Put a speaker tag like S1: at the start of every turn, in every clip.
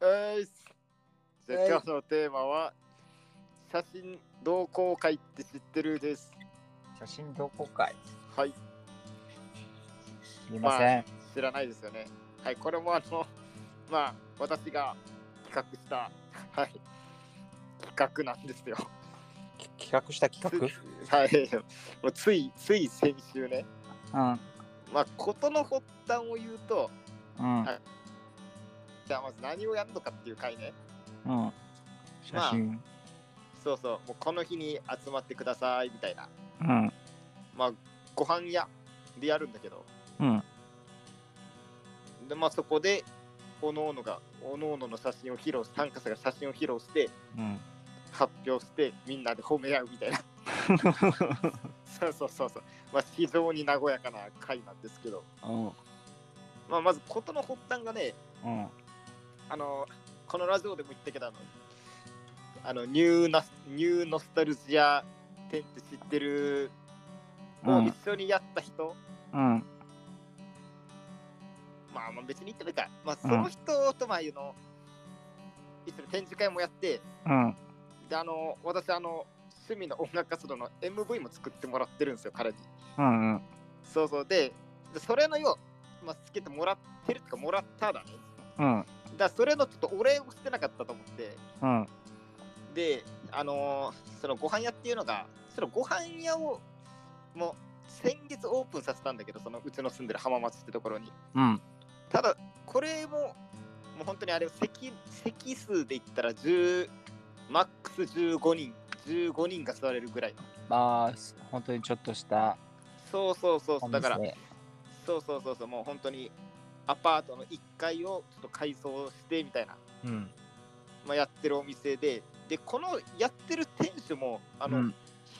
S1: です。じゃあ、
S2: はい
S1: 今日のテーマは、写真同好会って知ってるです。
S2: 写真同好会。
S1: はい、
S2: すみません。
S1: 知らないですよね。はい、これもあの、 まあ、私が企画した、 はい、企画なんですよ。
S2: き企画した企
S1: はい、もうつい、つい先週ね。
S2: 画
S1: まあ、ことの発端を言うと、
S2: うん。
S1: はいじゃあまず何をやるのかっていう回ね。
S2: うん。うん。写真。
S1: そうそう、もうこの日に集まってくださいみたいな。
S2: うん。
S1: まあ、ご飯屋でやるんだけど、
S2: うん。
S1: でまあ、そこで、おのおのが、おのおのの写真を披露し、参加者が写真を披露して、
S2: うん。
S1: 発表して、みんなで褒め合うみたいな。 そうそうそうそう。まあ、非常に和やかな会なんですけど、
S2: うん。
S1: まあ、まず事の発端がね、
S2: うん。
S1: あの、このラジオでも言ったけど、あの、あのニューナスニューノスタルジア展って知ってる、
S2: う
S1: を
S2: ん
S1: 一。緒にやった人、
S2: うん。
S1: まあ、まあ別に言ってもいいか。まあ、その人と、まあ、いうの、一緒に展示会もやって、
S2: うん。
S1: で、あの、私、あの、趣味の音楽活動の MV も作ってもらってるんですよ、彼に。
S2: うん。うん。
S1: そうそう。で、でそれのよう、まあ、つけてもらってるとか、もらっただね。
S2: う
S1: だ
S2: ん。
S1: からそれのちょっとお礼をしてなかったと思って、
S2: うん。
S1: で、あのーそのご飯屋っていうのが、そのご飯屋を、もう、先月オープンさせたんだけど、そのうちの住んでる浜松ってところに。
S2: うん。
S1: ただこれももう本当にあれ席席数で言ったら10マックス15人15人が座れるぐらいの
S2: まあ、本当にちょっとした
S1: そうそうそう
S2: お
S1: そうだ
S2: 店。
S1: からそうそうそうそうもう本当にアパートの1階をちょっと改装してみたいな、
S2: うん。
S1: まあ、やってるお店ででこのやってる店主もあ
S2: あ
S1: の、
S2: うん。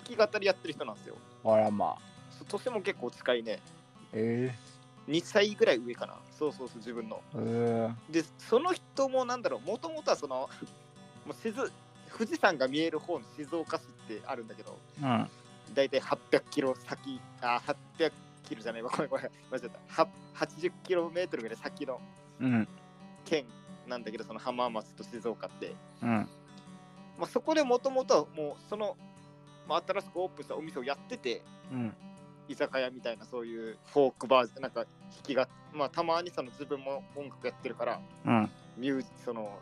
S1: 弾き語りやってる人なんですよ
S2: あらまあ。
S1: そう年も結構近いね
S2: え
S1: 2歳ぐらい上かなそうそうそう自分の
S2: え。うん。
S1: でその人もなんだろうもともとはそのもう静富士山が見える方の静岡市ってあるんだけど
S2: うん。
S1: だいたい800キロ先あ800キロじゃないわごめんごめん間違ったは80キロメートルぐらい先の
S2: うん。
S1: 県なんだけどその浜松と静岡って、
S2: うん。
S1: まあ、そこでもともともうその、まあ、新しくオープンしたお店をやってて
S2: うん。
S1: 居酒屋みたいなそういうフォークバーなんか弾きが、まあ、たまにその自分も音楽やってるから
S2: うん。
S1: ミュージその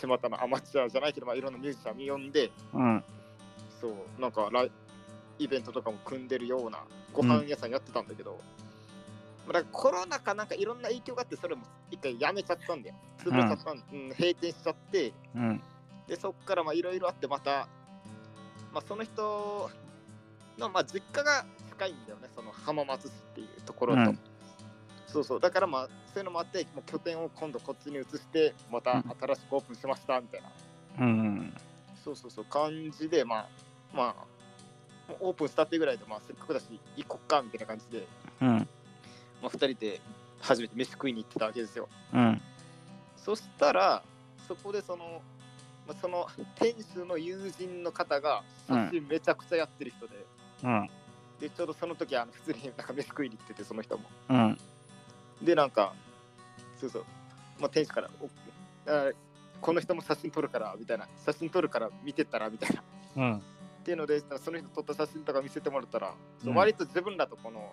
S1: 巷のアマチュアじゃないけど、まあ、いろんなミュージシャンに呼んで
S2: うん。
S1: そうなんかライイベントとかも組んでるようなご飯屋さんやってたんだけど、まあだからコロナかなんかいろんな影響があってそれも一回やめちゃったんだよ潰れちゃったん、うん閉店しちゃって
S2: うん。
S1: でそっからまあいろいろあってまた、まあ、その人のまあ実家が近いんだよねその浜松市っていうところと、
S2: うん
S1: そうそうだからまあそういうのもあってもう拠点を今度こっちに移してまた新しくオープンしましたみたいな、
S2: うん。
S1: そうそうそう感じでまあまあもうオープンしたってぐらいでまあせっかくだし行こっかみたいな感じで、
S2: うん。
S1: まあ、2人で初めて飯食いに行ってたわけですよ
S2: うん。
S1: そしたらそこでその、まあ、その店主の友人の方が写真めちゃくちゃやってる人で、
S2: うん。
S1: でちょうどその時あの普通になんか飯食いに行っててその人も
S2: うん。
S1: でなんかそうそう、まあ、店主からおあこの人も写真撮るからみたいな写真撮るから見てたらみたいな
S2: うん。
S1: っていうのでその人撮った写真とか見せてもらったら、
S2: うん
S1: 割と自分らとこの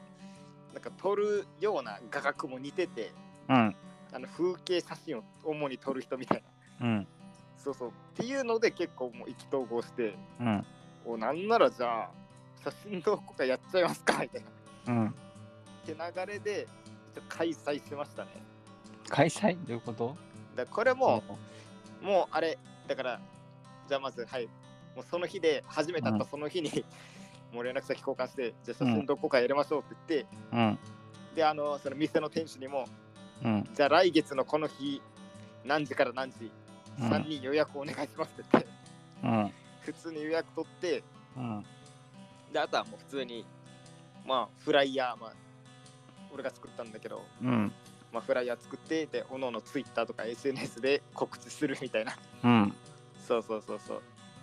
S1: なんか撮るような画角も似てて
S2: うん。
S1: あの風景写真を主に撮る人みたいな
S2: うん。
S1: そうそうっていうので結構もう意気投合して
S2: うん。
S1: おなんならじゃあ写真どこかやっちゃいますかみたいな
S2: うん。
S1: って流れで一応開催しましたね
S2: 開催どういうこと
S1: だからこれも、もうあれだからじゃあまずはいもうその日で初めて会ったその日に、 もう連絡先交換してじゃあ写真どこかやりましょうって言って、
S2: うん。
S1: であのその店の店主にも
S2: うん。
S1: じゃあ来月のこの日何時から何時
S2: うん
S1: 3人予約お願いしますって言って、
S2: うん。
S1: 普通に予約取って
S2: うん。
S1: であとはもう普通にまあフライヤーまあ俺が作ったんだけど、
S2: うん。
S1: まあ、フライヤー作ってでおのおのツイッターとか SNS で告知するみたいな
S2: うん。
S1: そうそうそうそう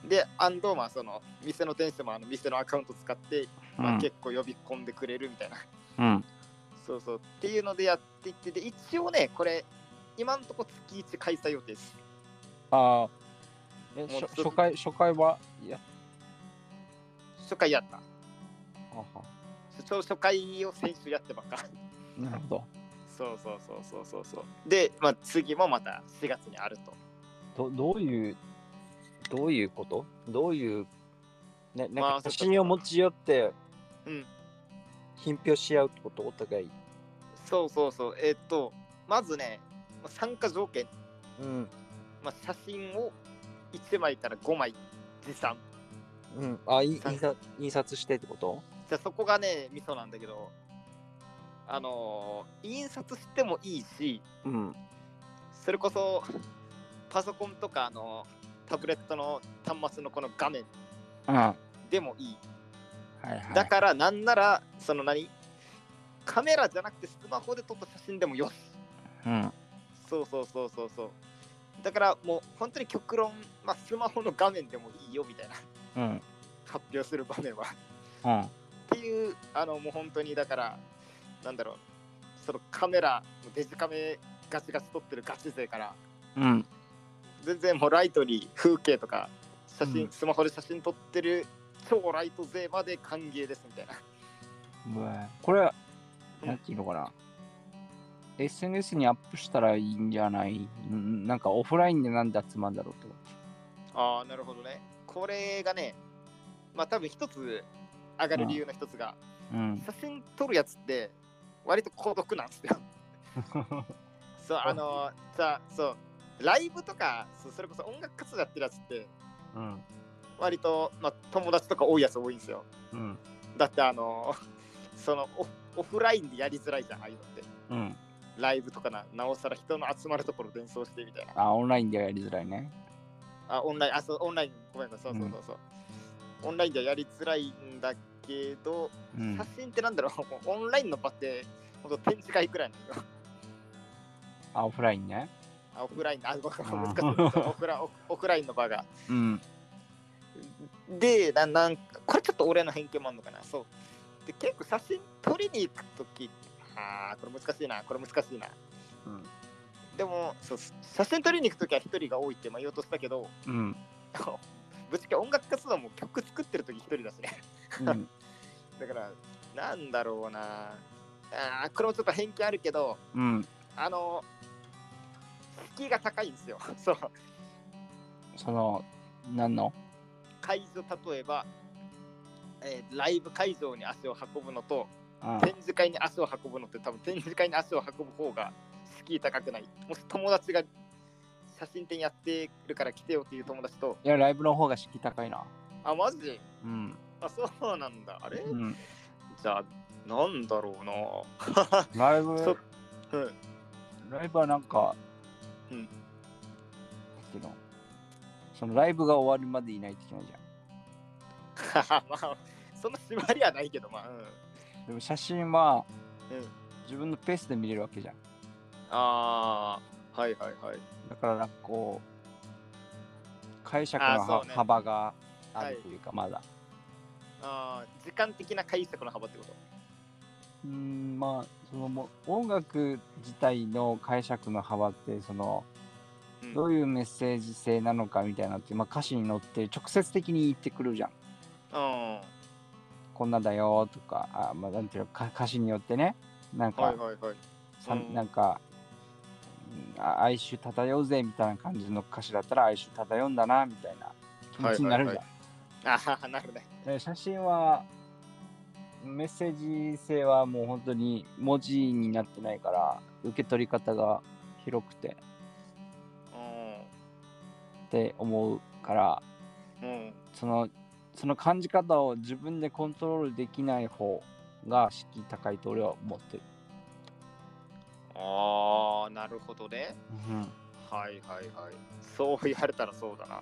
S1: でアンドまあその店の店主もあの店のアカウント使って、まあ、結構呼び込んでくれるみたいな
S2: うん。
S1: そうそうっていうのでやっていってで一応ねこれ今のところ月1開催予定です
S2: あああ。え、
S1: もう
S2: しょ
S1: ちょっと
S2: 初回、初回は、いや、
S1: 初回やった。
S2: あは
S1: 初初回を先週やってばっか。
S2: なるほど。
S1: そうそうそうそうそうそう。で、まあ、次もまた4月にあると。
S3: どどういうどういうことどういうねな
S1: まあ
S3: ん
S1: そ
S3: か
S1: っか
S3: 写真を持ち寄って
S1: うん
S3: 品評し合うってことお互い
S1: そうそうそう。えっと、まずね、まあ参加条件、
S3: うん
S1: まあ、写真を1枚から5枚持参。
S3: うんあい印
S1: さん
S3: 刷印刷してってこと
S1: じゃあそこがね、ミソなんだけど、あのー印刷してもいいし、
S3: うん
S1: それこそパソコンとかあのタブレットの端末のこの画面
S2: うん。は
S1: でもいい。
S2: いはい。
S1: だからなんなら、その何カメラじゃなくてスマホで撮った写真でもよし。
S2: うん。
S1: そうそうそうそうそう。だからもう本当に極論、まあ、スマホの画面でもいいよみたいな
S2: うん。
S1: 発表する場面は。
S2: うん。
S1: っていう、あのもう本当にだから、なんだろう、そのカメラ、デジカメガチガチ撮ってるガチ勢から、
S2: うん。
S1: 全然もうライトに風景とか写真、
S3: うん
S1: スマホで写真撮ってる超ライト勢まで歓迎ですみたいな。
S2: うわこれは、なんていうのかな。SNS にアップしたらいいんじゃないうんなんかオフラインでなんで集まるんだろうってこ
S1: ああ、なるほどね。これがね、まあ多分一つ上がる理由の一つが、
S2: と。うん。
S1: 写真撮るやつって割と孤独なんですよ。そう、あのー、さ、そう、ライブとか、そうそれこそ音楽活動やってるやつって、
S3: うん
S1: 割と、まあ、友達とか多いやつ多いんですよ。
S3: うん
S1: だってあのー、 そのオフオフラインでやりづらいじゃん、ああいうのって。
S2: うん。
S1: ライブとかな、なおさら人の集まるところ伝送してみたいな。
S2: あ、オンラインではやりづらいね。
S1: あ、オンライン、あ、そう、オンライン、ごめんなさい、そうそうそうそう、オンラインではやりづらいんだけど、
S2: うん
S1: 写。真ってなんだろう、も うオンラインの場って、ほんと展示会くらいなのよ。
S2: あ、オフラインね。
S1: あ、オフライン、あ、ごめん
S2: あ
S1: 難しいそうオフラ。オフオフラインの場が。
S2: うん。
S1: で、ななんかこれちょっと俺の偏見もあるのかな、そう。で、結構写真撮りに行くとき、あー、これ難しいな、これ難しいな。
S2: うん
S1: でもそう、写真撮りに行くときは一人が多いって今言おうとしたけど、
S2: うん。
S1: ぶっちゃけ音楽活動も曲作ってる時一人だしね。
S2: うん。
S1: だから、なんだろうな。あーこれもちょっと偏見あるけど、
S2: うん。
S1: あの、敷居が高いんですよ。 そう。
S2: その、なんの
S1: 会場、例えば、えーライブ会場に足を運ぶのと、
S2: うん
S1: 展示会に足を運ぶのって、多分展示会に足を運ぶ方が敷居高くない。もし友達が写真展やってるから来てよっていう友達と、
S2: いや、ライブの方が敷居高いな。
S1: あ、マジ
S2: うん。
S1: あ、そうなんだ。あれ
S2: うん。
S1: じゃあ、なんだろうな。
S2: ライ
S1: そう
S2: ブ、
S1: ん。
S2: ライブはなんか、
S1: うん
S2: なんていうのそのライブが終わるまでいないといけないじゃ
S1: まあ、そんな縛りはないけど、まあ、うん。
S2: ん。でも写真は、
S1: うん
S2: 自分のペースで見れるわけじゃん。
S1: ああ、はいはいはい。
S2: だからなんかこう、解釈
S1: あ
S2: の
S1: ーそう
S2: は
S1: ね
S2: 幅があるというか、まだ。
S1: あー時間的な解釈の幅ってこと。
S2: うーんまあそのもう音楽自体の解釈の幅ってその
S1: うん
S2: どういうメッセージ性なのかみたいなのって、まあ、歌詞に乗って直接的に言ってくるじゃん。
S1: うん。
S2: こんなだよとかあ、まあ、なんていうのか歌詞によってねなんか,、
S1: はいはいはい。
S2: さ
S1: うん
S2: なんかうんあ哀愁漂うぜみたいな感じの歌詞だったら哀愁漂うんだなみたいな気持ちになるじゃん。
S1: はいああ、なるね。
S2: えー写真はメッセージ性はもう本当に文字になってないから受け取り方が広くてって思うから
S1: うん。うん。
S2: そのその感じ方を自分でコントロールできない方が敷居高いと俺は思ってる。
S1: ああ、なるほどね。
S2: うん
S1: はいはいはい。そう言われたらそうだな。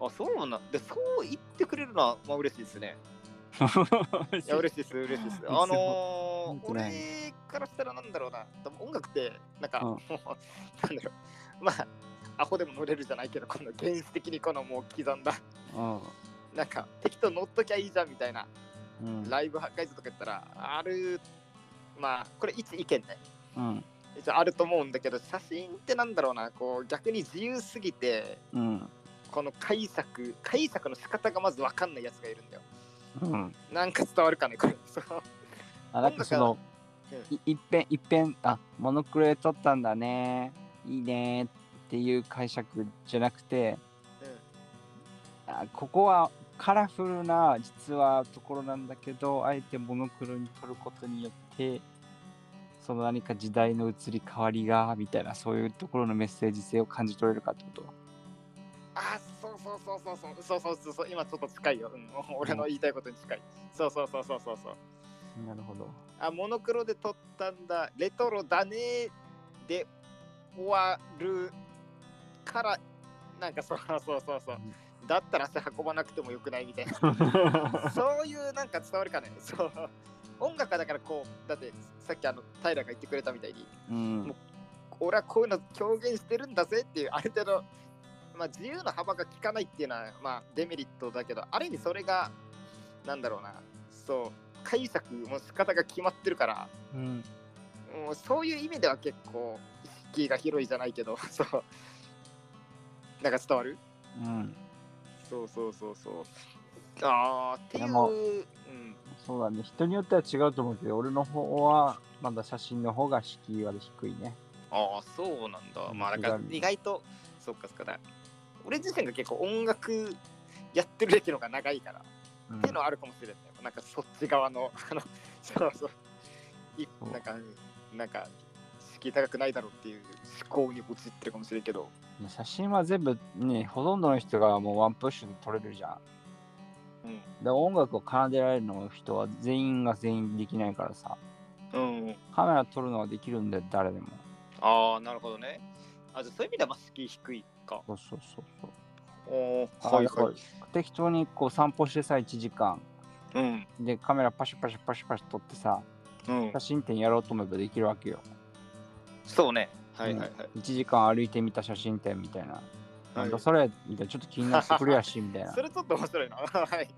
S1: あ、そうなんで、そう言ってくれるのは、まあ、嬉しいですね。いや、嬉しいです、嬉しい です。あのー、
S2: 本当だよ
S1: 俺からしたらなんだろうな、多分音楽って、なんか、
S2: うん
S1: もう、なんだろう、まあ、アホでも乗れるじゃないけど、この原始的にこのもう刻んだ、
S2: うん
S1: なんか、適当乗っときゃいいじゃんみたいな、
S2: うん
S1: ライブ破壊図とかやったら、ある、まあ、これ一意見ね。
S2: うん
S1: じゃああると思うんだけど写真ってなんだろうなこう逆に自由すぎて
S2: うん。
S1: この解釈解釈の仕方がまず分かんないやつがいるんだよ
S2: うん。
S1: なんか伝わるかねこれ そう
S2: あ、なんかその
S1: だから、
S2: いいっぺん、いっぺん、あ、モノクロで撮ったんだね。いいねっていう解釈じゃなくて、あここはカラフルな実はところなんだけど、あえてモノクロに撮ることによって、その何か時代の移り変わりが、みたいな、そういうところのメッセージ性を感じ取れるかってこと
S1: あそうそうそうそうそうそうそうそうそう今ちょっと近いよ、うん、 俺の言いたいことに近いそうそうそうそうそうそう
S2: なるほど。
S1: あモノクロで撮ったんだレトロだねで終わるからなんかそう そうそうそうそうだったら足運ばなくてもよくないみたいなそういうなんか伝わるかねそう音楽家だからこうだってさっきあの平が言ってくれたみたいに
S2: うん。
S1: 俺はこういうの表現してるんだぜっていうある程度、まあ、自由の幅が利かないっていうのは、まあ、デメリットだけどある意味それがなんだろうなそう解釈も仕方が決まってるから
S2: うん。
S1: もうそういう意味では結構意識が広いじゃないけどそうなんか伝わる
S2: うん。
S1: そうそうそうそうああってい
S2: で
S1: う、
S2: も
S1: うん、
S2: そうだね。人によっては違うと思うけど、俺の方は、まだ写真の方が敷居は低いね。
S1: ああそうなんだまあなん
S2: 意
S1: か
S2: 外に
S1: 意外とそっかそっかだ俺自身が結構音楽やってる歴のが長いから、
S2: うん
S1: っていうのはあるかもしれないなんかそっち側のあのそうそうい
S2: そう
S1: なんかなんか敷居高くないだろうっていう思考に陥ってるかもしれんけど
S2: ね写真は全部ね、ほとんどの人がもうワンプッシュで撮れるじゃん。
S1: うん
S2: で音楽を奏でられるの人は全員が全員できないからさ、
S1: うん
S2: カメラ撮るのはできるんだよ、誰でも。
S1: ああなるほどねあじゃあそういう意味ではまあ敷居低いか
S2: そうそうそうそう。
S1: お
S2: あ
S1: ーはい
S2: だから
S1: はい
S2: 適当にこう散歩してさ、1時間。
S1: うん
S2: で、カメラパシュパシュパシュパシュ撮ってさ、
S1: うん
S2: 写真展やろうと思えばできるわけよ。
S1: そうねはいはいはい、
S2: 1時間歩いてみた写真展みたいな。
S1: は
S2: なん
S1: い
S2: だそれみたいな、ちょっと気になってくるやし、みたいな
S1: そ。れちょっと面白いなはい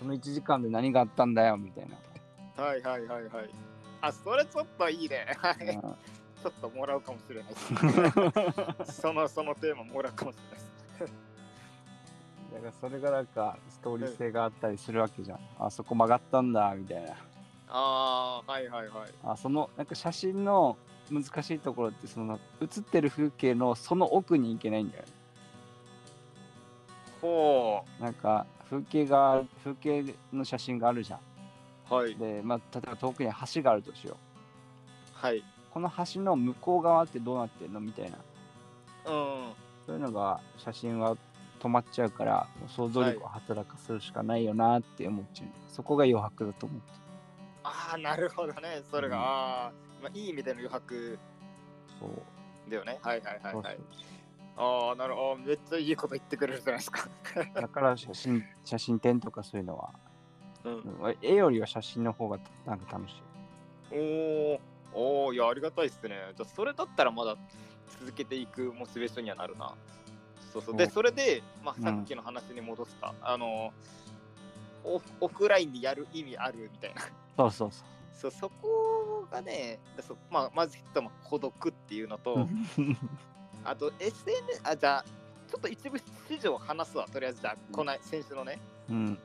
S2: その1時間で何があったんだよ、みた いな。
S1: はいはいはいはい。あ、それちょっといいね。 はい。ち
S2: うん
S1: ょっともらうかもし れない。そのそのテーマもらうかもしれないです。
S2: だからそれがなんかストーリー性があったりするわけじゃん。あそこ曲がったんだみたいな。
S1: ああ、はいはいはい。
S2: あそのなんか写真の難しいところってその写ってる風景のその奥に行けないんだよね。
S1: ほ
S2: なんか風景が風景の写真があるじゃ
S1: う。はい
S2: ん。で、まあ、例えば遠くに橋があるとしよ
S1: はい。
S2: う。この橋の向こう側ってどうなってんのみたいな。
S1: うん。
S2: そういうのが写真は止まっちゃうからもう想像力を働かせるしかないよなって思っちゃう。そこが余白だと思って。
S1: ああ、なるほどね。それが、
S2: うん
S1: あーまあ、いい意味での余白
S2: そう。
S1: だよね。はいはいはい
S2: そう
S1: は
S2: そう
S1: い。ああ、なるほど。めっちゃいいこと言ってくれるじゃないですか。
S2: だから写真写真展とかそういうのは、
S1: うん。
S2: うん絵よりは写真の方がなんか楽しい。
S1: おお。おお、いや、ありがたいっすね。じゃあ、それだったらまだ続けていくモチベーションにはなるな。そうそう。で、
S2: そう
S1: それで、ま
S2: う
S1: あ、
S2: ん
S1: さっきの話に戻した、あの、オフオフラインでやる意味あるみたいな。
S2: そうそうそ
S1: そうそこがね、でそまあ、まず一つも孤独っていうの
S2: う
S1: と、あと SNS、あ、じゃあ、ちょっと一部市場を話すわ、とりあえず、じゃあ、こない、先週のね、
S2: う。うん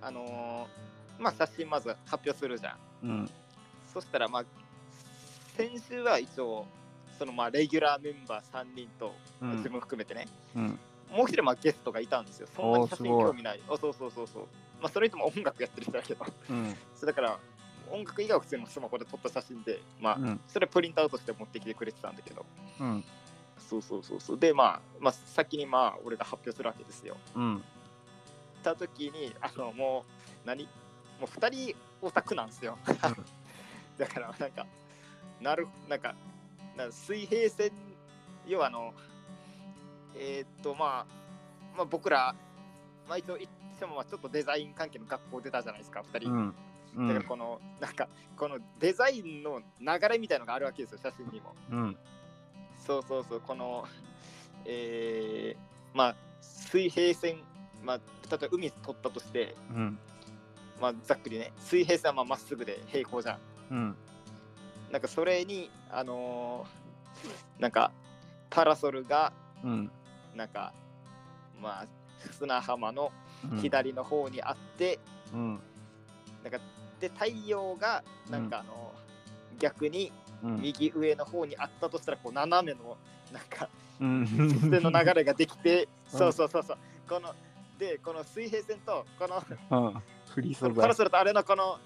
S1: あのーまあ、写真まず発表するじゃん。
S2: うん
S1: そしたらまあ先週は一応そのまあレギュラーメンバー3人と、
S2: うん
S1: 自分含めてね
S2: うん
S1: もう一人まあゲストがいたんですよそんな
S2: お
S1: に
S2: ー
S1: 写真
S2: すごい
S1: 興味ないあそうそうそうそうまあそれ人も音楽やってる人だけど
S2: うん
S1: それだから音楽以外は普通のスマホで撮った写真でまあ
S2: うん
S1: それプリントアウトして持ってきてくれてたんだけど
S2: うん
S1: そうそうそうそうでまあまあ先にまあ俺が発表するわけですよ
S2: うん
S1: った時にあのもう何もう2人オタクなんですよだからなんかなるなんかなんか水平線要はあのえーっとまあまあ僕ら毎度いつもまあちょっとデザイン関係の学校出たじゃないですか2人、
S2: うんう
S1: だから
S2: ん
S1: このなんかこのデザインの流れみたいのがあるわけですよ写真にも
S2: うん
S1: そうそうそう、この、えーまあ、水平線、まあ、例えば海取ったとして、
S2: うん
S1: まあ、ざっくりね、水平線はまあまっすぐで平行じゃん。
S2: うん
S1: なんかそれにあのーなんかパラソルが
S2: うん。
S1: なんかまあ砂浜の
S2: うん。
S1: 左の方にあって、
S2: うん。
S1: で太陽がなんかあのー逆に
S2: うん。
S1: 右上の方にあったとしたらこう斜めのなん か
S2: うん。
S1: 視線の流れができて、
S2: うん
S1: そうそうそうそうこのでこの水平線とこの
S2: うん。フリー素
S1: パラ
S2: 材。
S1: ソルとあれのこの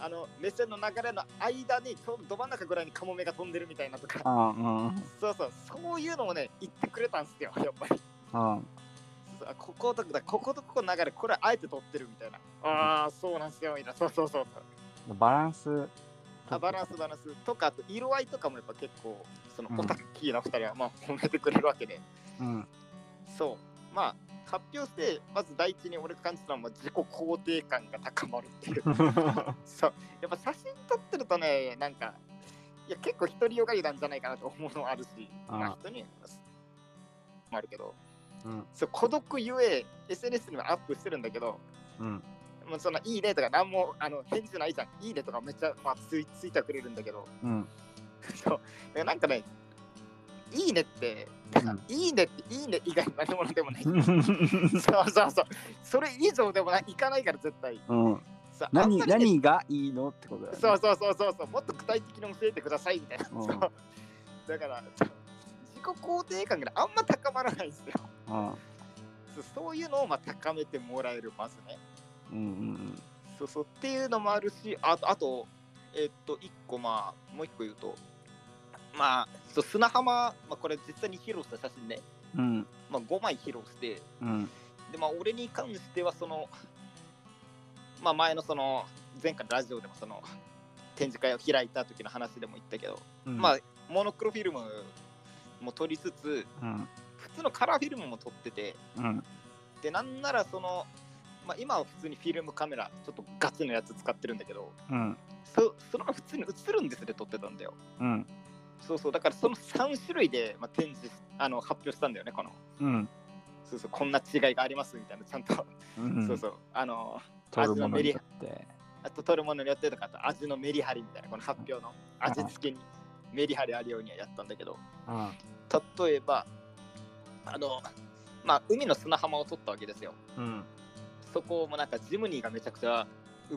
S1: あの目線の流れの間にちょうどど真ん中ぐらいにカモメが飛んでるみたいなとか
S2: あうん。
S1: そうそうそういうのもね言ってくれたんすよやっぱり
S2: うん。
S1: そうこことだこことここの流れこれあえて取ってるみたいなああそうなんすよみたいなそうそうそうそう
S2: バランス。
S1: あバランスバランスとかあと色合いとかもやっぱ結構その
S2: うん
S1: オタッキーな2人はまあ褒めてくれるわけで、
S2: うん。
S1: そうまあ発表してまず第一に俺が感じたのは自己肯定感が高まるって いうそうやっぱ写真撮ってるとねなんかいや結構独りよがりなんじゃないかなと思うのもあるし
S2: ああ
S1: まあ人にはまああるけど
S2: うん。
S1: そう孤独ゆえ SNS にはアップしてるんだけど
S2: うん。
S1: もうそのいいねとか何もあの返事ないじゃんいいねとかめっちゃ、まあ、ついついてはくれるんだけど
S2: うん。
S1: そうだからなんかねいいねってなんかいいねっていいね以外の何物でもないそう そうそうそれ以上でもないいかないから絶対
S2: うん。
S1: そうあん
S2: 何
S1: まりね
S2: 何がいいのってことだよ、ね。
S1: そうそうそうそうそう、もっと具体的に教えてくださいみたいな。
S2: うん
S1: そうだから、そう自己肯定感があんま高まらないんですよ。
S2: うん。
S1: そうそういうのをまあ高めてもらえる、まずね。
S2: うん
S1: そうそうっていうのもあるし、あと、あとえっと、一個、まあ、もう一個言うと、まあ、そう砂浜、まあ、これ実際に披露した写真ね、
S2: うんうん
S1: まあ、5枚披露して、
S2: うん
S1: で、まあ、俺に関しては、その、まあ、前のその、前回のラジオでもその、展示会を開いた時の話でも言ったけど、
S2: うん
S1: まあモノクロフィルムも撮りつつ
S2: うん
S1: 普通のカラーフィルムも撮ってて
S2: うん
S1: でなんならその、まあ、今は普通にフィルムカメラちょっとガチのやつ使ってるんだけど
S2: うん
S1: そその普通に映るんですで撮ってたんだよ
S2: うん
S1: そうそうだからその3種類で、まあ、展示しあの発表したんだよねこの
S2: うん
S1: そうそうこんな違いがありますみたいなちゃんと、
S2: うん
S1: そうそうあの
S2: 取るものによって
S1: あと撮るものによってとかあと味のメリハリみたいなこの発表の味付けにメリハリあるようにはやったんだけど
S2: うん
S1: 例えばあのまあ海の砂浜を撮ったわけですよ
S2: うん
S1: そこもなんかジムニーがめちゃくちゃ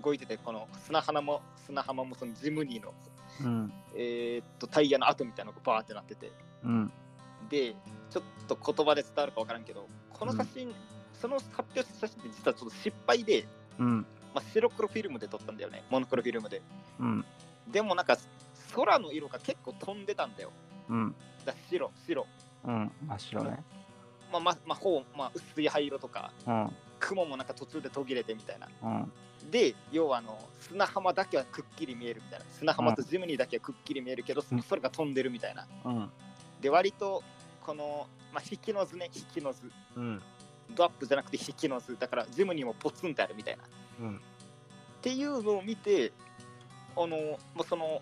S1: 動いててこの砂浜も砂浜もそのジムニーの、
S2: うん
S1: えーっとタイヤの跡みたいなのがバーってなってて
S2: うん
S1: でちょっと言葉で伝わるか分からんけどこの写真、その発表した写真って実はちょっと失敗で、
S2: うん
S1: まあ、白黒フィルムで撮ったんだよねモノクロフィルムで
S2: うん
S1: でもなんか空の色が結構飛んでたんだよ
S2: うん
S1: だ白白
S2: うん真っ白ね
S1: まあまあ、まあ、ほう、まあ、薄い灰色とか
S2: うん
S1: 雲もなんか途中で途切れてみたいな
S2: うん
S1: で要はあの砂浜だけはくっきり見えるみたいな砂浜とジムニーだけはくっきり見えるけど、
S2: うん
S1: それが飛んでるみたいな
S2: うん
S1: で割とこの、まあ、引きの図ね引きの図
S2: うん
S1: ドアップじゃなくて引きの図だからジムニーもポツンってあるみたいなっ
S2: うん
S1: ていうのを見てあのもうその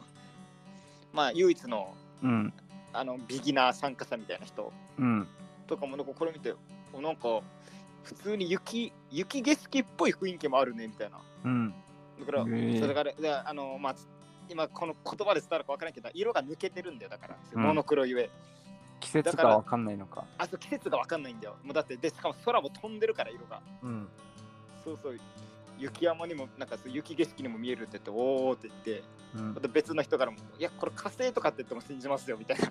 S1: まあ唯一の
S2: うん
S1: あのビギナー参加者みたいな人
S2: うん
S1: とかもなんかこれ見ておなんか普通に雪雪景色っぽい雰囲気もあるねみたいな
S2: うん
S1: だから、
S2: へえ
S1: それからであの、まあ、つ今この言葉で伝わるか分からんけど、色が抜けてるんだよ、だから、
S2: うん
S1: モノクロゆえ。
S2: 季節がわかんないのか
S1: あと季節が分かんないんだよ。もうだって、で、しかも空も飛んでるから、色が。
S2: うん
S1: そうそう。雪山にも、なんかそう雪景色にも見えるって言って、おーって言って、
S2: う
S1: ま
S2: ん
S1: た別の人からも、いや、これ火星とかって言っても信じますよ、みたい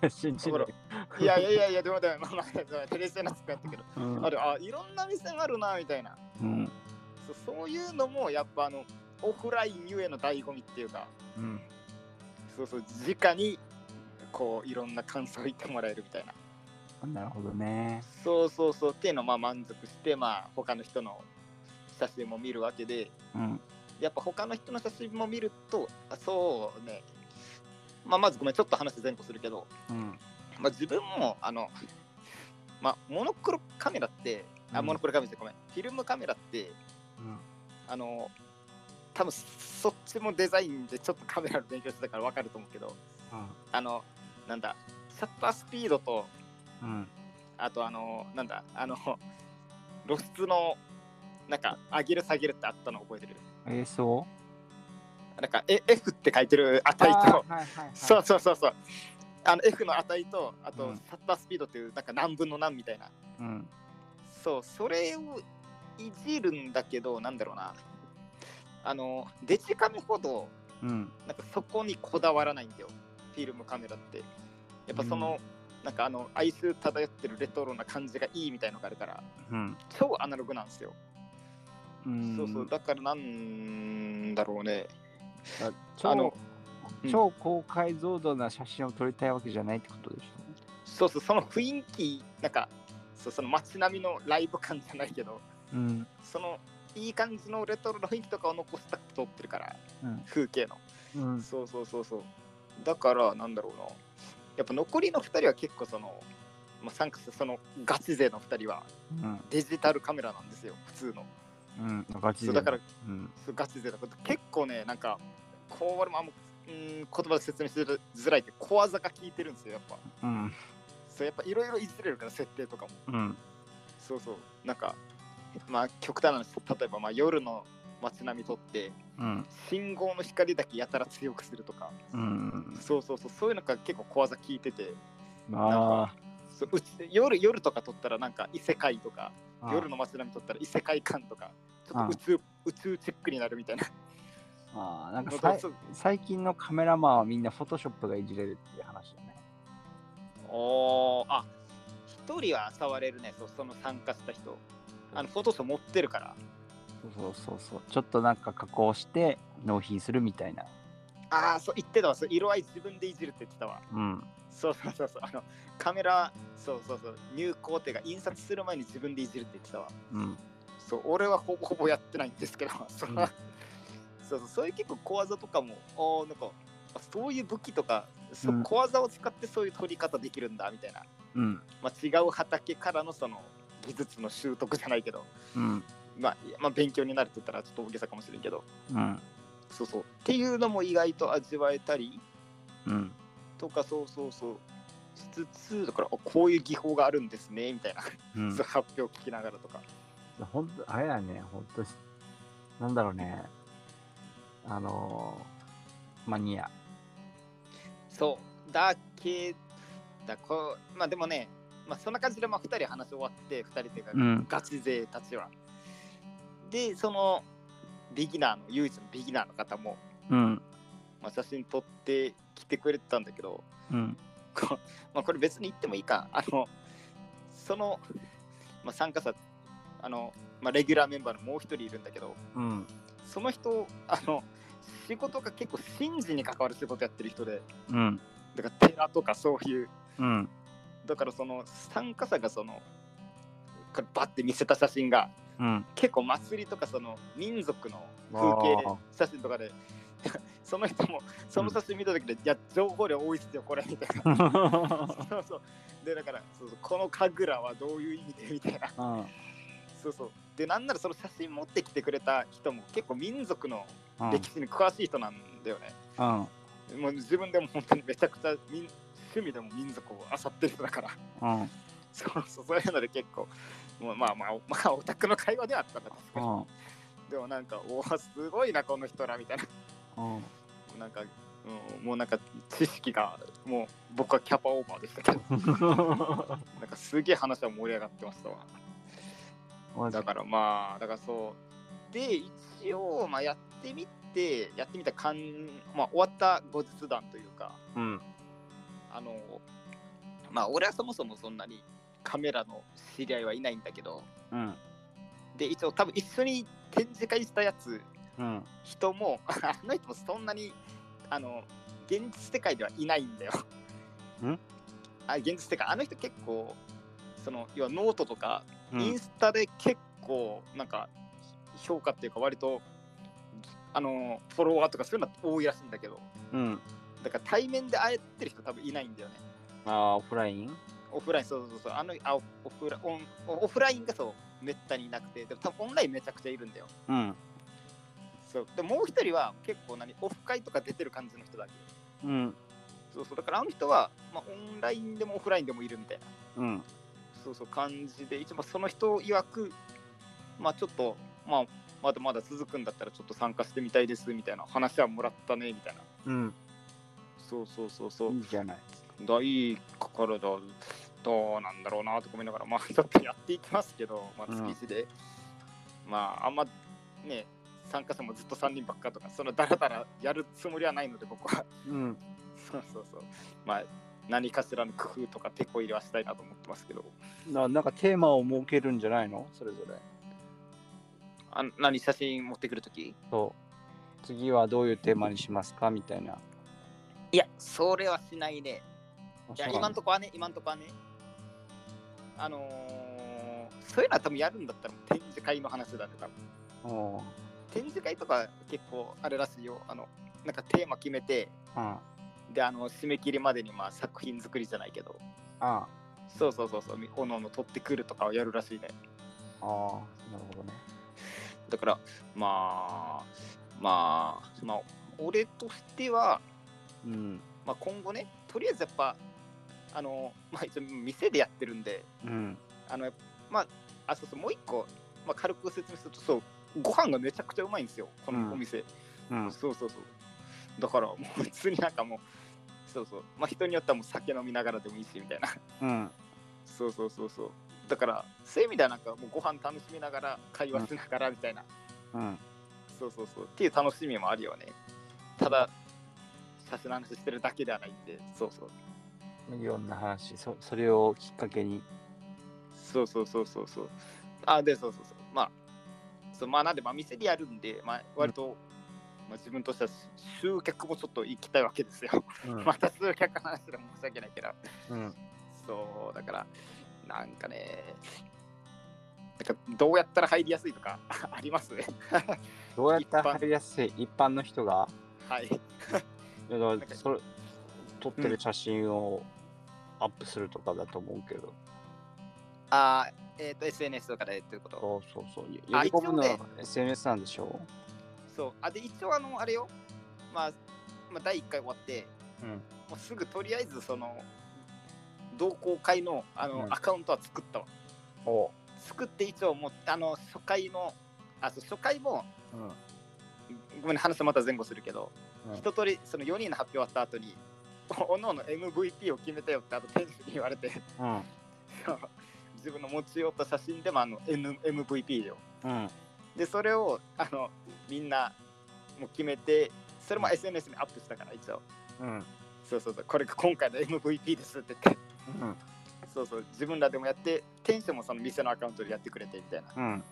S1: な。
S2: 信じる
S1: いやいやいやいや、でもでも、まあまあ、テレスなつくやったけど、
S2: うん
S1: あれ、あ、いろんな目線あるな、みたいな。
S2: うん
S1: そうそういうのも、やっぱあの、オフラインゆえの醍醐味っていうか、
S2: うん
S1: そうそう、直にこういろんな感想を言ってもらえるみたいな。
S2: なるほどね
S1: そうそうそうっていうのをまあ満足して、まあ他の人の写真も見るわけで、
S2: うん
S1: やっぱ他の人の写真も見ると、あそうね、まあまずごめん、ちょっと話前後するけど、
S2: うん
S1: まあ自分もあの、まあモノクロカメラって、あ、
S2: うん
S1: モノクロカメラってごめん、フィルムカメラって、
S2: うん
S1: あの、多分そっちもデザインでちょっとカメラの勉強してたから分かると思うけど、あの、なんだ、シャッタースピードと
S2: うん
S1: あとあのなんだあの 露出のなんか上げる下げるってあったの覚えてる
S2: えー、そ
S1: なんかえ F って書いてる値
S2: あー
S1: と、
S2: はいはいはい
S1: そうそうそうそう。あの F の値と、あと、
S2: うん
S1: サッタースピードっていう、なんか何分の何みたいな。
S2: うん
S1: そう、それをいじるんだけど、なんだろうな。あの、デジカメほど、
S2: うん
S1: なんかそこにこだわらないんだよ、フィルムカメラって。やっぱその、なんかあの、哀愁漂ってるレトロな感じがいいみたいのがあるから、
S2: うん
S1: 超アナログなんですよ。
S2: うん
S1: そうそう、だからなんだろうね。
S2: あ
S1: あの
S2: 超
S1: うん
S2: 超高解像度な写真を撮りたいわけじゃないってことでしょ
S1: そうそう、その雰囲気、なんか、そうその街並みのライブ感じゃないけど、
S2: うん
S1: そのいい感じのレトロの雰囲気とかを残したく撮ってるから、
S2: うん
S1: 風景の。
S2: うん
S1: そうそうそうそう。だから、なんだろうな。やっぱ残りの2人は結構その、まあ、参加するそのガチ勢の2人は
S2: うん
S1: デジタルカメラなんですよ、普通の。
S2: うんガチ
S1: そ
S2: で
S1: うだから、
S2: うん
S1: そうガチ勢だから結構ね、なんか、こう俺もあんま、うん、言葉で説明しづらいけど、小技が効いてるんですよ、やっぱ。
S2: うん
S1: そうやっぱいろいろいじれるから、設定とかも。
S2: うん
S1: そうそう。なんか、まあ、極端な話、例えばまあ夜の街並み撮って、
S2: うん
S1: 信号の光だけやたら強くするとか、
S2: うん
S1: そうそうそう、そういうのが結構小技効いてて、
S2: あ
S1: そううち夜夜とか撮ったらなんか異世界とか、
S2: ー
S1: 夜の街並み撮ったら異世界観とか、ちょ
S2: あ
S1: っと宇宙宇宙チックになるみたいな。
S2: あーなんか
S1: そう
S2: さい
S1: そう
S2: 最近のカメラマンはみんなフォトショップがいじれるっていう話だね
S1: おーあ一人は触れるね、そうその参加した人。あのフォトショー持ってるから。
S2: そうそうそうちょっとなんか加工して納品するみたいな
S1: ああ、そう言ってたわ、そう色合い自分でいじるって言ってたわ。
S2: うん
S1: そうそうそうそう、あのカメラ、そうそうそう、入稿っていうか、印刷する前に自分でいじるって言ってたわ。
S2: うん
S1: そう、俺はほぼほぼやってないんですけど、そのそうそう、そういう結構小技とかも、あーなんか、あそういう武器とか、そう
S2: うん
S1: 小技を使ってそういう取り方できるんだみたいな、
S2: うん
S1: まあ、違う畑からのその技術の習得じゃないけど、
S2: うん
S1: まあ、いやまあ、勉強になるって言ったらちょっと大げさかもしれんけど、
S2: うん
S1: そうそう。っていうのも意外と味わえたり
S2: うん
S1: とか、そうそうそう。しつつ、だから、あこういう技法があるんですね、みたいな、
S2: うん
S1: そう発表を聞きながらとか。
S2: ほんとあれだねほんとしなんだろうねあのーマニア
S1: そう。だけだこう、まあでもね、まあそんな感じで、まあ2人話し終わって、2人っていうか、
S2: うん
S1: ガチ勢たちは。で、その、ビギナーの、唯一のビギナーの方も、
S2: うん
S1: まあ、写真撮ってきてくれてたんだけど、
S2: うん
S1: こ まあ、これ別に言ってもいいか。あの、その、まあ、参加者、あの、まあ、レギュラーメンバーのもう一人いるんだけど、
S2: うん
S1: その人、あの、仕事が結構神事に関わる仕事やってる人で、
S2: うん
S1: だから寺とかそういう、
S2: うん
S1: だからその参加者がその、これバッて見せた写真が、
S2: うん
S1: 結構祭りとかその民族の風景
S2: あー
S1: 写真とかで、 その人も、その写真見た時で、いや、情報量多いっすよ、これ、みたいな。そうそう。で、だから、そうそうこの神楽はどういう意味でみたいな。
S2: うん
S1: そうそう。で、なんならその写真持ってきてくれた人も結構民族の歴史に詳しい人なんだよね。
S2: うん
S1: もう自分でも本当にめちゃくちゃ民趣味でも民族を漁ってる人だから。
S2: うん
S1: そうそう、そういうので結構、もうまあまあ、 まあ、オタクの会話ではあったんだけ
S2: う
S1: ど、
S2: ん
S1: でもなんか、おお、すごいな、この人ら、みたいな。
S2: うん
S1: なんか、うん、もうなんか知識が、もう僕はキャパオーバーでしたけど、なんかすげえ話は盛り上がってましたわ。だからまあ、だからそう。で、一応、まあ、やってみて、やってみた感、まあ、終わった後日談というか、
S3: うん。
S1: あの、まあ、俺はそもそもそんなにカメラの知り合いはいないんだけど、
S2: うん
S1: で、一応、多分一緒に展示会したやつ、
S2: うん
S1: 人も、 あの人もそんなに、あの、現実世界ではいないんだよ。
S2: ん
S1: あ、現実世界、あの人結構、その、要はノートとか、
S2: うん
S1: インスタで結構なんか評価っていうか割とあのフォロワーとかそういうの多いらしいんだけど
S2: うん
S1: だから対面で会えてる人多分いないんだよね
S2: ああオフライン
S1: オフラインそうそうそうあのあオフラオンオフラインがそうめったにいなくてでも多分オンラインめちゃくちゃいるんだよ
S2: うん
S1: そうでもう一人は結構何オフ会とか出てる感じの人だけ
S2: うん
S1: そうそうだからあの人は、まあ、オンラインでもオフラインでもいるみたいな
S2: うん
S1: そうそう感じで一応まあその人曰くまあちょっとまあまだまだ続くんだったらちょっと参加してみたいですみたいな話はもらったねみたいな
S2: うん、
S1: そうそうそうそう
S2: いいじゃない。
S1: だいいからだどうなんだろうなとか思いながらまあちょっとやっていきますけど、まあ、
S2: うん
S1: 月1で、まああんまね参加者もずっと3人ばっかとかそのダラダラやるつもりはないので僕は
S2: うん、
S1: そうそうそうまあ何かしらの工夫とか手こ入れはしたいなと思ってますけど
S2: ななんかテーマを設けるんじゃないのそれぞれ。
S1: あ何写真持ってくるとき
S2: そう。次はどういうテーマにしますかみたいな。
S1: いやそれはしないねいや
S2: そうな
S1: 今
S2: ん
S1: ん
S2: だ
S1: とこはね今んとこはねあのーそういうのは多分やるんだったら展示会の話だね多分
S2: おう
S1: 展示会とか結構あれらしいよあのなんかテーマ決めて
S2: うん、あ
S1: であの締め切りまでにまあ作品作りじゃないけど
S2: あ、
S1: そうそうそうそうみおのおの取ってくるとかをやるらしいね
S2: ああ、なるほどね。
S1: だからまあまあまあ俺としては、
S2: うん、
S1: まあ、今後ねとりあえずやっぱあのまあ一応店でやってるんで
S2: うん、
S1: あのまああそうそうもう一個、まあ、軽く説明するとそうご飯がめちゃくちゃうまいんですよこのお店、
S2: うん、
S1: そうそうそう。だからもう普通になんかもう、そうそう。まあ人によってはもう酒飲みながらでもいいしみたいな。
S2: うん、
S1: そうそうそうそう。だからそういう意味ではなんかもうご飯楽しみながら会話しながらみたいな。
S2: うん。
S1: そうそうそう。っていう楽しみもあるよね。ただ、写真の話してるだけではないんで、そうそう。
S2: いろんな話そ、それをきっかけに。
S1: そうそうそうそうそう。あ、で、そうそうそう。まあ、そうまあなんで、まあ店でやるんで、まあ割と、まあ自分としては集客もちょっと行きたいわけですよ。
S2: うん
S1: また集客の話で申し訳ないけど。
S2: うん、
S1: そう、だから、なんかね、なんかどうやったら入りやすいとか ありますね。
S2: どうやったら入りやすい一般の人が
S1: はい。
S2: いやだ
S1: ん
S2: か
S1: から
S2: それ撮ってる写真をアップするとかだと思うけど、
S1: あーえっ、と、SNS とかでってること。
S2: そうそうそう
S1: あ
S2: 喜ぶの
S1: 一応
S2: は SNS なんでしょ
S1: そう。あ、で、一応、あの、あれよ、まあ、まあ、第1回終わって、
S2: う、ん、
S1: もうすぐとりあえず、その、同好会のあの、
S2: うん
S1: アカウントは作ったわ。
S2: お
S1: 作って一応、もう、あの、初回の、あ、そう、初回も、
S2: うん、
S1: ごめんね、話また前後するけど、
S2: うん
S1: 一通りその4人の発表終わった後に、 おのおの MVP を決めたよって、あと店主に言われて、
S2: うん
S1: そう自分の持ち寄った写真でもあの N MVP よ
S2: うん
S1: でそれをあのみんなもう決めてそれも SNS にアップしたから一応
S2: うん
S1: そうそうそうこれが今回の MVP ですって言って
S2: うん
S1: そうそう自分らでもやって店主もその店のアカウントでやってくれてみたいな
S2: うん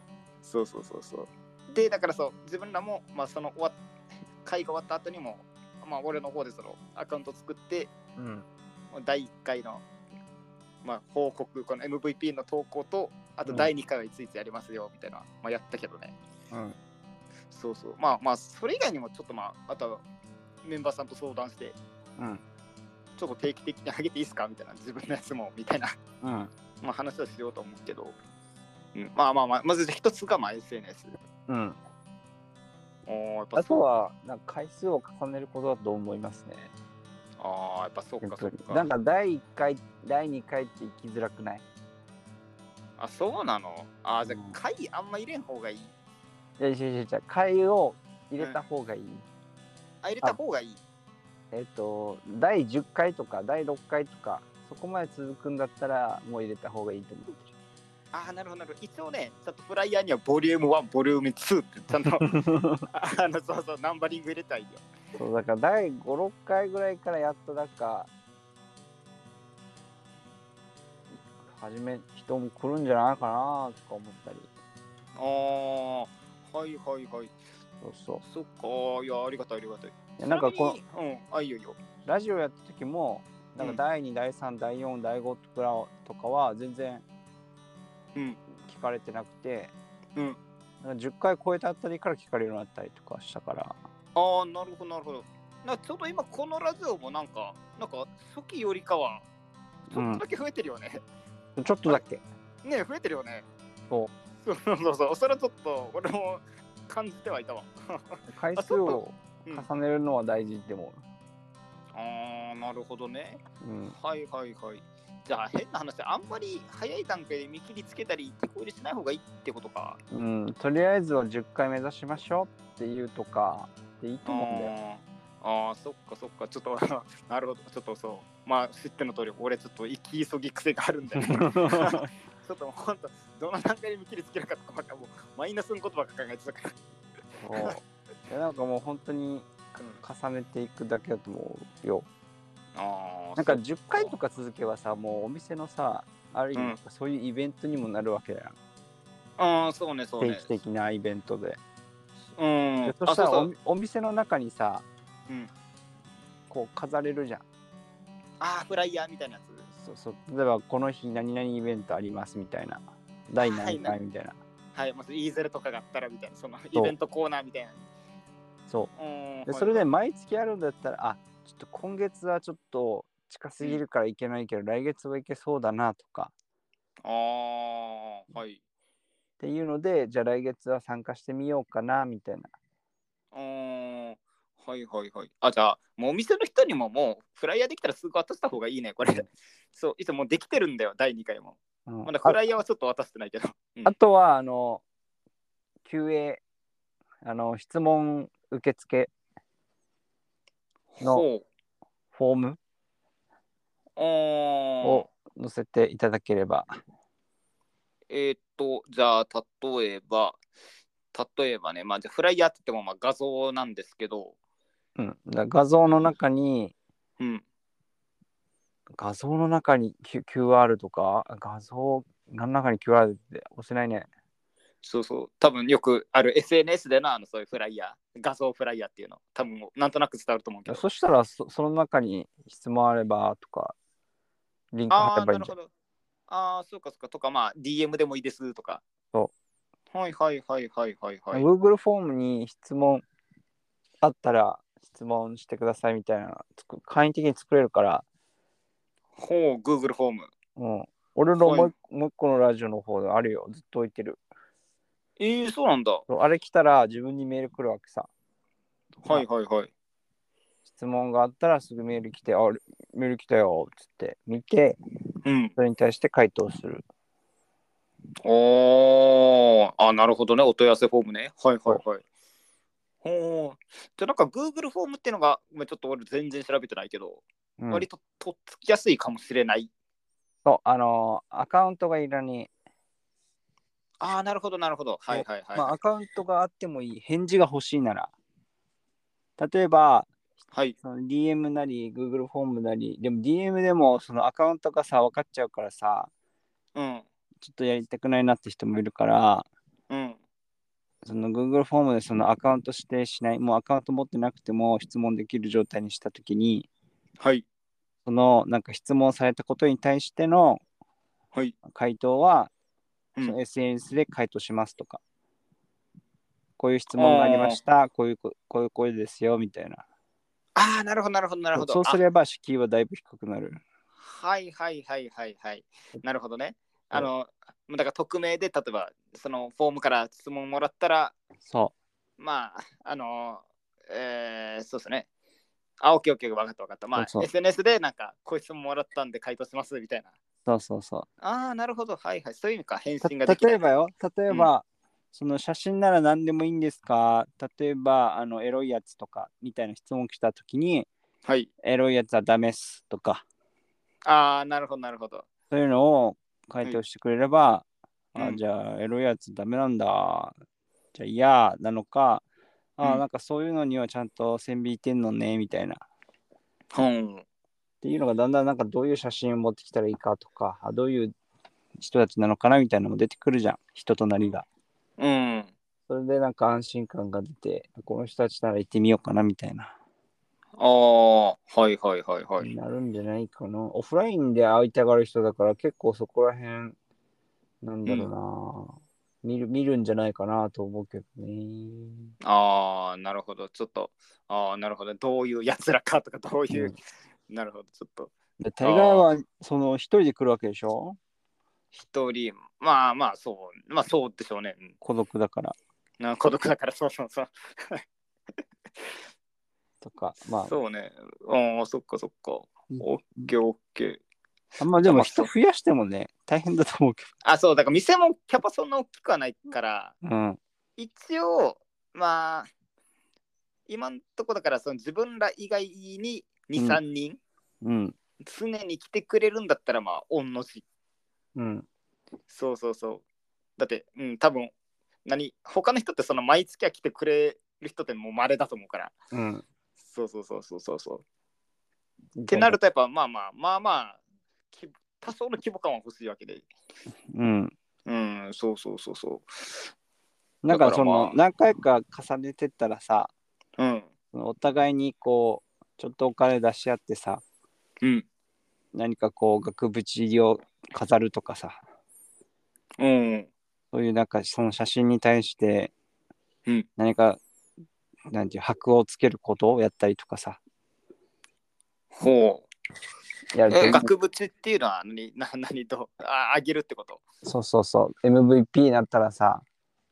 S1: そうそうそうそうでだからそう自分らも、まあ、その終わっ会が終わった後にもまあ俺の方でそのアカウント作って
S2: うん
S1: もう第1回の、まあ、報告、この MVP の投稿と、あと
S2: うん
S1: 第2回はいついつやりますよみたいな、まあ、やったけどね。
S2: うん
S1: そうそう。まあまあ、それ以外にもちょっとまあ、あとはメンバーさんと相談して、
S2: うん
S1: ちょっと定期的に上げていいですかみたいな、自分のやつもみたいな、
S2: うん
S1: まあ、話はしようと思うけど、うん、まあまあまあ、まず一つがまあ SNS。
S2: うん
S1: おーやっぱ
S2: あと
S1: そう
S2: はなんか回数を重ねることだと思いますね
S1: あーやっぱそう
S2: や
S1: か
S2: っ
S1: そ
S2: ぱ
S1: う
S2: り
S1: か。
S2: なんか第1回第2回って行きづらくない
S1: あ、そうなのあーじゃ
S2: うん
S1: あ、回あんま入れん方がいい。
S2: いやいやいやいや回を入れた方がいい、
S1: あ、入れた方がいい。
S2: えっと第10回とか第6回とかそこまで続くんだったらもう入れた方がいいと思って
S1: ああ、なるほど、なるほど。一応ね、ちょっとフライヤーにはボリューム1、ボリューム2って、ちゃん と、あの、そうそう、ナンバリング入れたいよ。
S2: るそうだから第56回ぐらいからやっとなんか初め人も来るんじゃないかなとか思ったり
S1: ああ、はいはいはい。
S2: そうそ
S1: そっか、いや、ありがたい、ありがたい。
S2: うでなんかこ
S1: ちなみに、うん、あ、いいよいいよ。
S2: うラジオやった時もなんか第2、第3第4第5とかは全然
S1: うん。
S2: 聞かれてなくて、
S1: うん
S2: なんか10回超えたあたりから聞かれるようになったりとかしたから
S1: ああ、なるほど、なるほど。なちょうど今、このラジオもなんか、なんか、初期よりかは、ちょっとだけ増えてるよね。
S2: ちょっとだけ
S1: ね増えてるよね。
S2: そう
S1: そうそうそうそう。それはちょっと、俺も感じてはいたわ。
S2: 回
S1: あち
S2: 数
S1: ょっ
S2: を
S1: うん、あ
S2: 重ねるのは大事でも、
S1: あー、なるほどね。
S2: うん
S1: はいはいはい。じゃあ変な話あんまり早い段階で見切りつけたり手こ入れしない方がいいってことか
S2: うん、とりあえずは10回目指しましょうっていうとかでいいと思うんだよ。
S1: ああそっかそっかちょっと なるほどちょっとそうまあ知っての通り俺ちょっと行き急ぎ癖がある んだよちょっともうほんとどの段階で見切りつけるかとかばっかもうマイナスのことばっか考えてたから
S2: そういやなんかもう本当に重ねていくだけだと思うよ。
S1: ああ
S2: なんか10回とか続けばさもうお店のさある意
S1: う
S2: 味
S1: ん
S2: そういうイベントにもなるわけだよ、
S1: ああそうねそう
S2: 定
S1: ね
S2: 期的なイベントで。
S1: うん
S2: でそしたら
S1: あ
S2: お
S1: そうそう
S2: お店の中にさ、
S1: うん
S2: こう飾れるじゃん
S1: あーフライヤーみたいなやつ
S2: そうそう例えばこの日何々イベントありますみたいな第何
S1: は
S2: 回みたいな、
S1: はい、まずイーゼルとかがあったらみたいな、そのイベントコーナーみたいな。
S2: そう
S1: ーん
S2: うで
S1: はい
S2: それで毎月あるんだったらあちょっと今月はちょっと近すぎるから行けないけど、来月は行けそうだなとか
S1: ああ、はい。
S2: っていうのでじゃあ来月は参加してみようかなみたいな
S1: うーん、はいはいはい。あ、じゃあ、もうお店の人にももうフライヤーできたらすぐ渡した方がいいね、これ。そう、いつもできてるんだよ、第2回も。
S2: うん
S1: まだフ
S2: あ
S1: ライヤーはちょっと渡してないけど。うん
S2: あとはあの QA あの質問受付の
S1: ほう。
S2: フォーム
S1: あー
S2: を載せていただければ
S1: えーっと、じゃあ、例えば、例えばね、まあ、じゃあフライヤーって言ってもまあ画像なんですけど、
S2: うん、だ画像の中に
S1: うん。
S2: 画像の中に、Q、QR とか画像の中に QR って押せないね
S1: そうそう、多分よくある SNS でのあのそういうフライヤー、画像フライヤーっていうの、多分もうなんとなく伝わると思うけど。
S2: そしたらそその中に質問あればとかリンク貼
S1: あ
S2: れ
S1: あ、
S2: ばい
S1: ないる
S2: んじゃ
S1: ほ
S2: ん
S1: ど。ああ、そうかそうか。とか、まあ、DM でもいいですとか。。
S2: そう
S1: はいはいはいはいはいはい。
S2: Google フォームに質問あったら質問してくださいみたいなのつく簡易的に作れるから、
S1: ほう、Google フォーム。
S2: うん、俺のも
S1: は
S2: うもう一個のラジオの方であるよずっと置いてる
S1: ええそうなんだ。
S2: そうあれ来たら自分にメール来るわけさ
S1: はいはいはい。
S2: 質問があったらすぐメール来て、あ、メール来たよっつって見て、
S1: うん。
S2: それに対して回答する。
S1: おーあ、なるほどね。お問い合わせフォームね。はいはいはい。ほう。じゃあ、なんか Google フォームっていうのが、ごめんちょっと俺全然調べてないけど、
S2: うん
S1: 割ととっつきやすいかもしれない。
S2: そう、あのーアカウントがいらに、
S1: ああ、なるほどなるほど。はいはいはい。
S2: まあ、アカウントがあってもいい、返事が欲しいなら。例えば、
S1: はい。
S2: その DM なり、Google フォームなり、でも DM でもそのアカウントがさ、分かっちゃうからさ、
S1: うん。
S2: ちょっとやりたくないなって人もいるから、
S1: うん。
S2: その Google フォームでそのアカウント指定しない、もうアカウント持ってなくても質問できる状態にしたときに、
S1: はい。
S2: そのなんか質問されたことに対しての
S1: はい。
S2: 回答は、
S1: うん
S2: その SNS で回答しますとか、こういう質問がありました、こういうここういう声ですよみたいな。
S1: ああ、なるほど、なるほど、なるほど。
S2: そうすれば敷居はだいぶ低くなる。
S1: あはいはいはいはいはい。なるほどね。あの、だから匿名で、例えば、そのフォームから質問もらったら、
S2: そ
S1: まあ、あの、えー、そうですね。あ、オッケーオッケー、分かった分かった。ま
S2: そう
S1: あ、
S2: そう
S1: SNS でなんか、こういう質問もらったんで回答しますみたいな。
S2: うそうそうそう。
S1: ああ、なるほど。はいはい。そういう意味か。返
S2: た
S1: 信ができない
S2: 例えばよ、例えば、その写真なら何でもいいんですか例えばあのエロいやつとかみたいな質問来た時に
S1: はい。
S2: エロいやつはダメっすとか
S1: ああ、なるほど、なるほど。
S2: そういうのを回答してくれれば、
S1: うん
S2: あ
S1: うん
S2: じゃあエロいやつダメなんだじゃあ嫌なのか、あ
S1: うん
S2: なんかそういうのにはちゃんと線引いてんのねみたいなっ
S1: うん。
S2: ていうのがだんだんなんかどういう写真を持ってきたらいいかとかあどういう人たちなのかなみたいなのも出てくるじゃん人となりが
S1: うん。
S2: それでなんか安心感が出てこの人たちなら行ってみようかなみたいな、
S1: ああ、はいはいはいはい。
S2: なるんじゃないかなオフラインで会いたがる人だから結構そこら辺なんだろうな、見る見るんじゃないかなと思うけどね
S1: ああ、なるほど。ちょっと、ああ、なるほど。どういうやつらかとか、どういう、なるほど。ちょっと、
S2: で大概はその一人で来るわけでしょ
S1: 一人、まあまあ、そう、まあそうでしょうね。うん
S2: 孤独だから
S1: な孤独だから、そうそうそう。
S2: とかまあ
S1: そうね。ああ、そっかそっか。オッケーオッケー。
S2: あんまでも人増やしてもね、大変だと思うけ
S1: あ、そう、だから店もキャパそんな大きくはないから、
S2: ど。うん。
S1: 一応、まあ、今んとこだから、その自分ら以外に2、
S2: うん
S1: 3人、
S2: うん。
S1: 常に来てくれるんだったら、まあ、御の字。
S2: うん。
S1: そうそうそう。だって、うん、多分何、他の人ってその毎月は来てくれる人ってもう稀だと思うから。
S2: うん。
S1: そうそうそうそうそうそう。
S3: っ
S1: ってなると、やっぱ、まあまあ、まあまあ、き多少の規模感は欲しいわけで。
S2: うん。
S1: うん、そうそうそうそ
S2: なんかそ
S1: だから
S2: の
S1: まあ
S2: 何回か重ねてったらさ、
S1: う。うん。
S2: お互いにこう、ちょっとお金出し合ってさ、
S1: うん。
S2: 何かこう額縁を飾るとかさ、
S1: うん。
S2: そういうなんかその写真に対して
S1: うん
S2: 何か、なんていう箔をつけることをやったりとかさ
S1: ほう。
S2: やると
S1: え額縁っていうのは何、 な何とああげるってこと。
S2: そうそうそう MVP になったらさ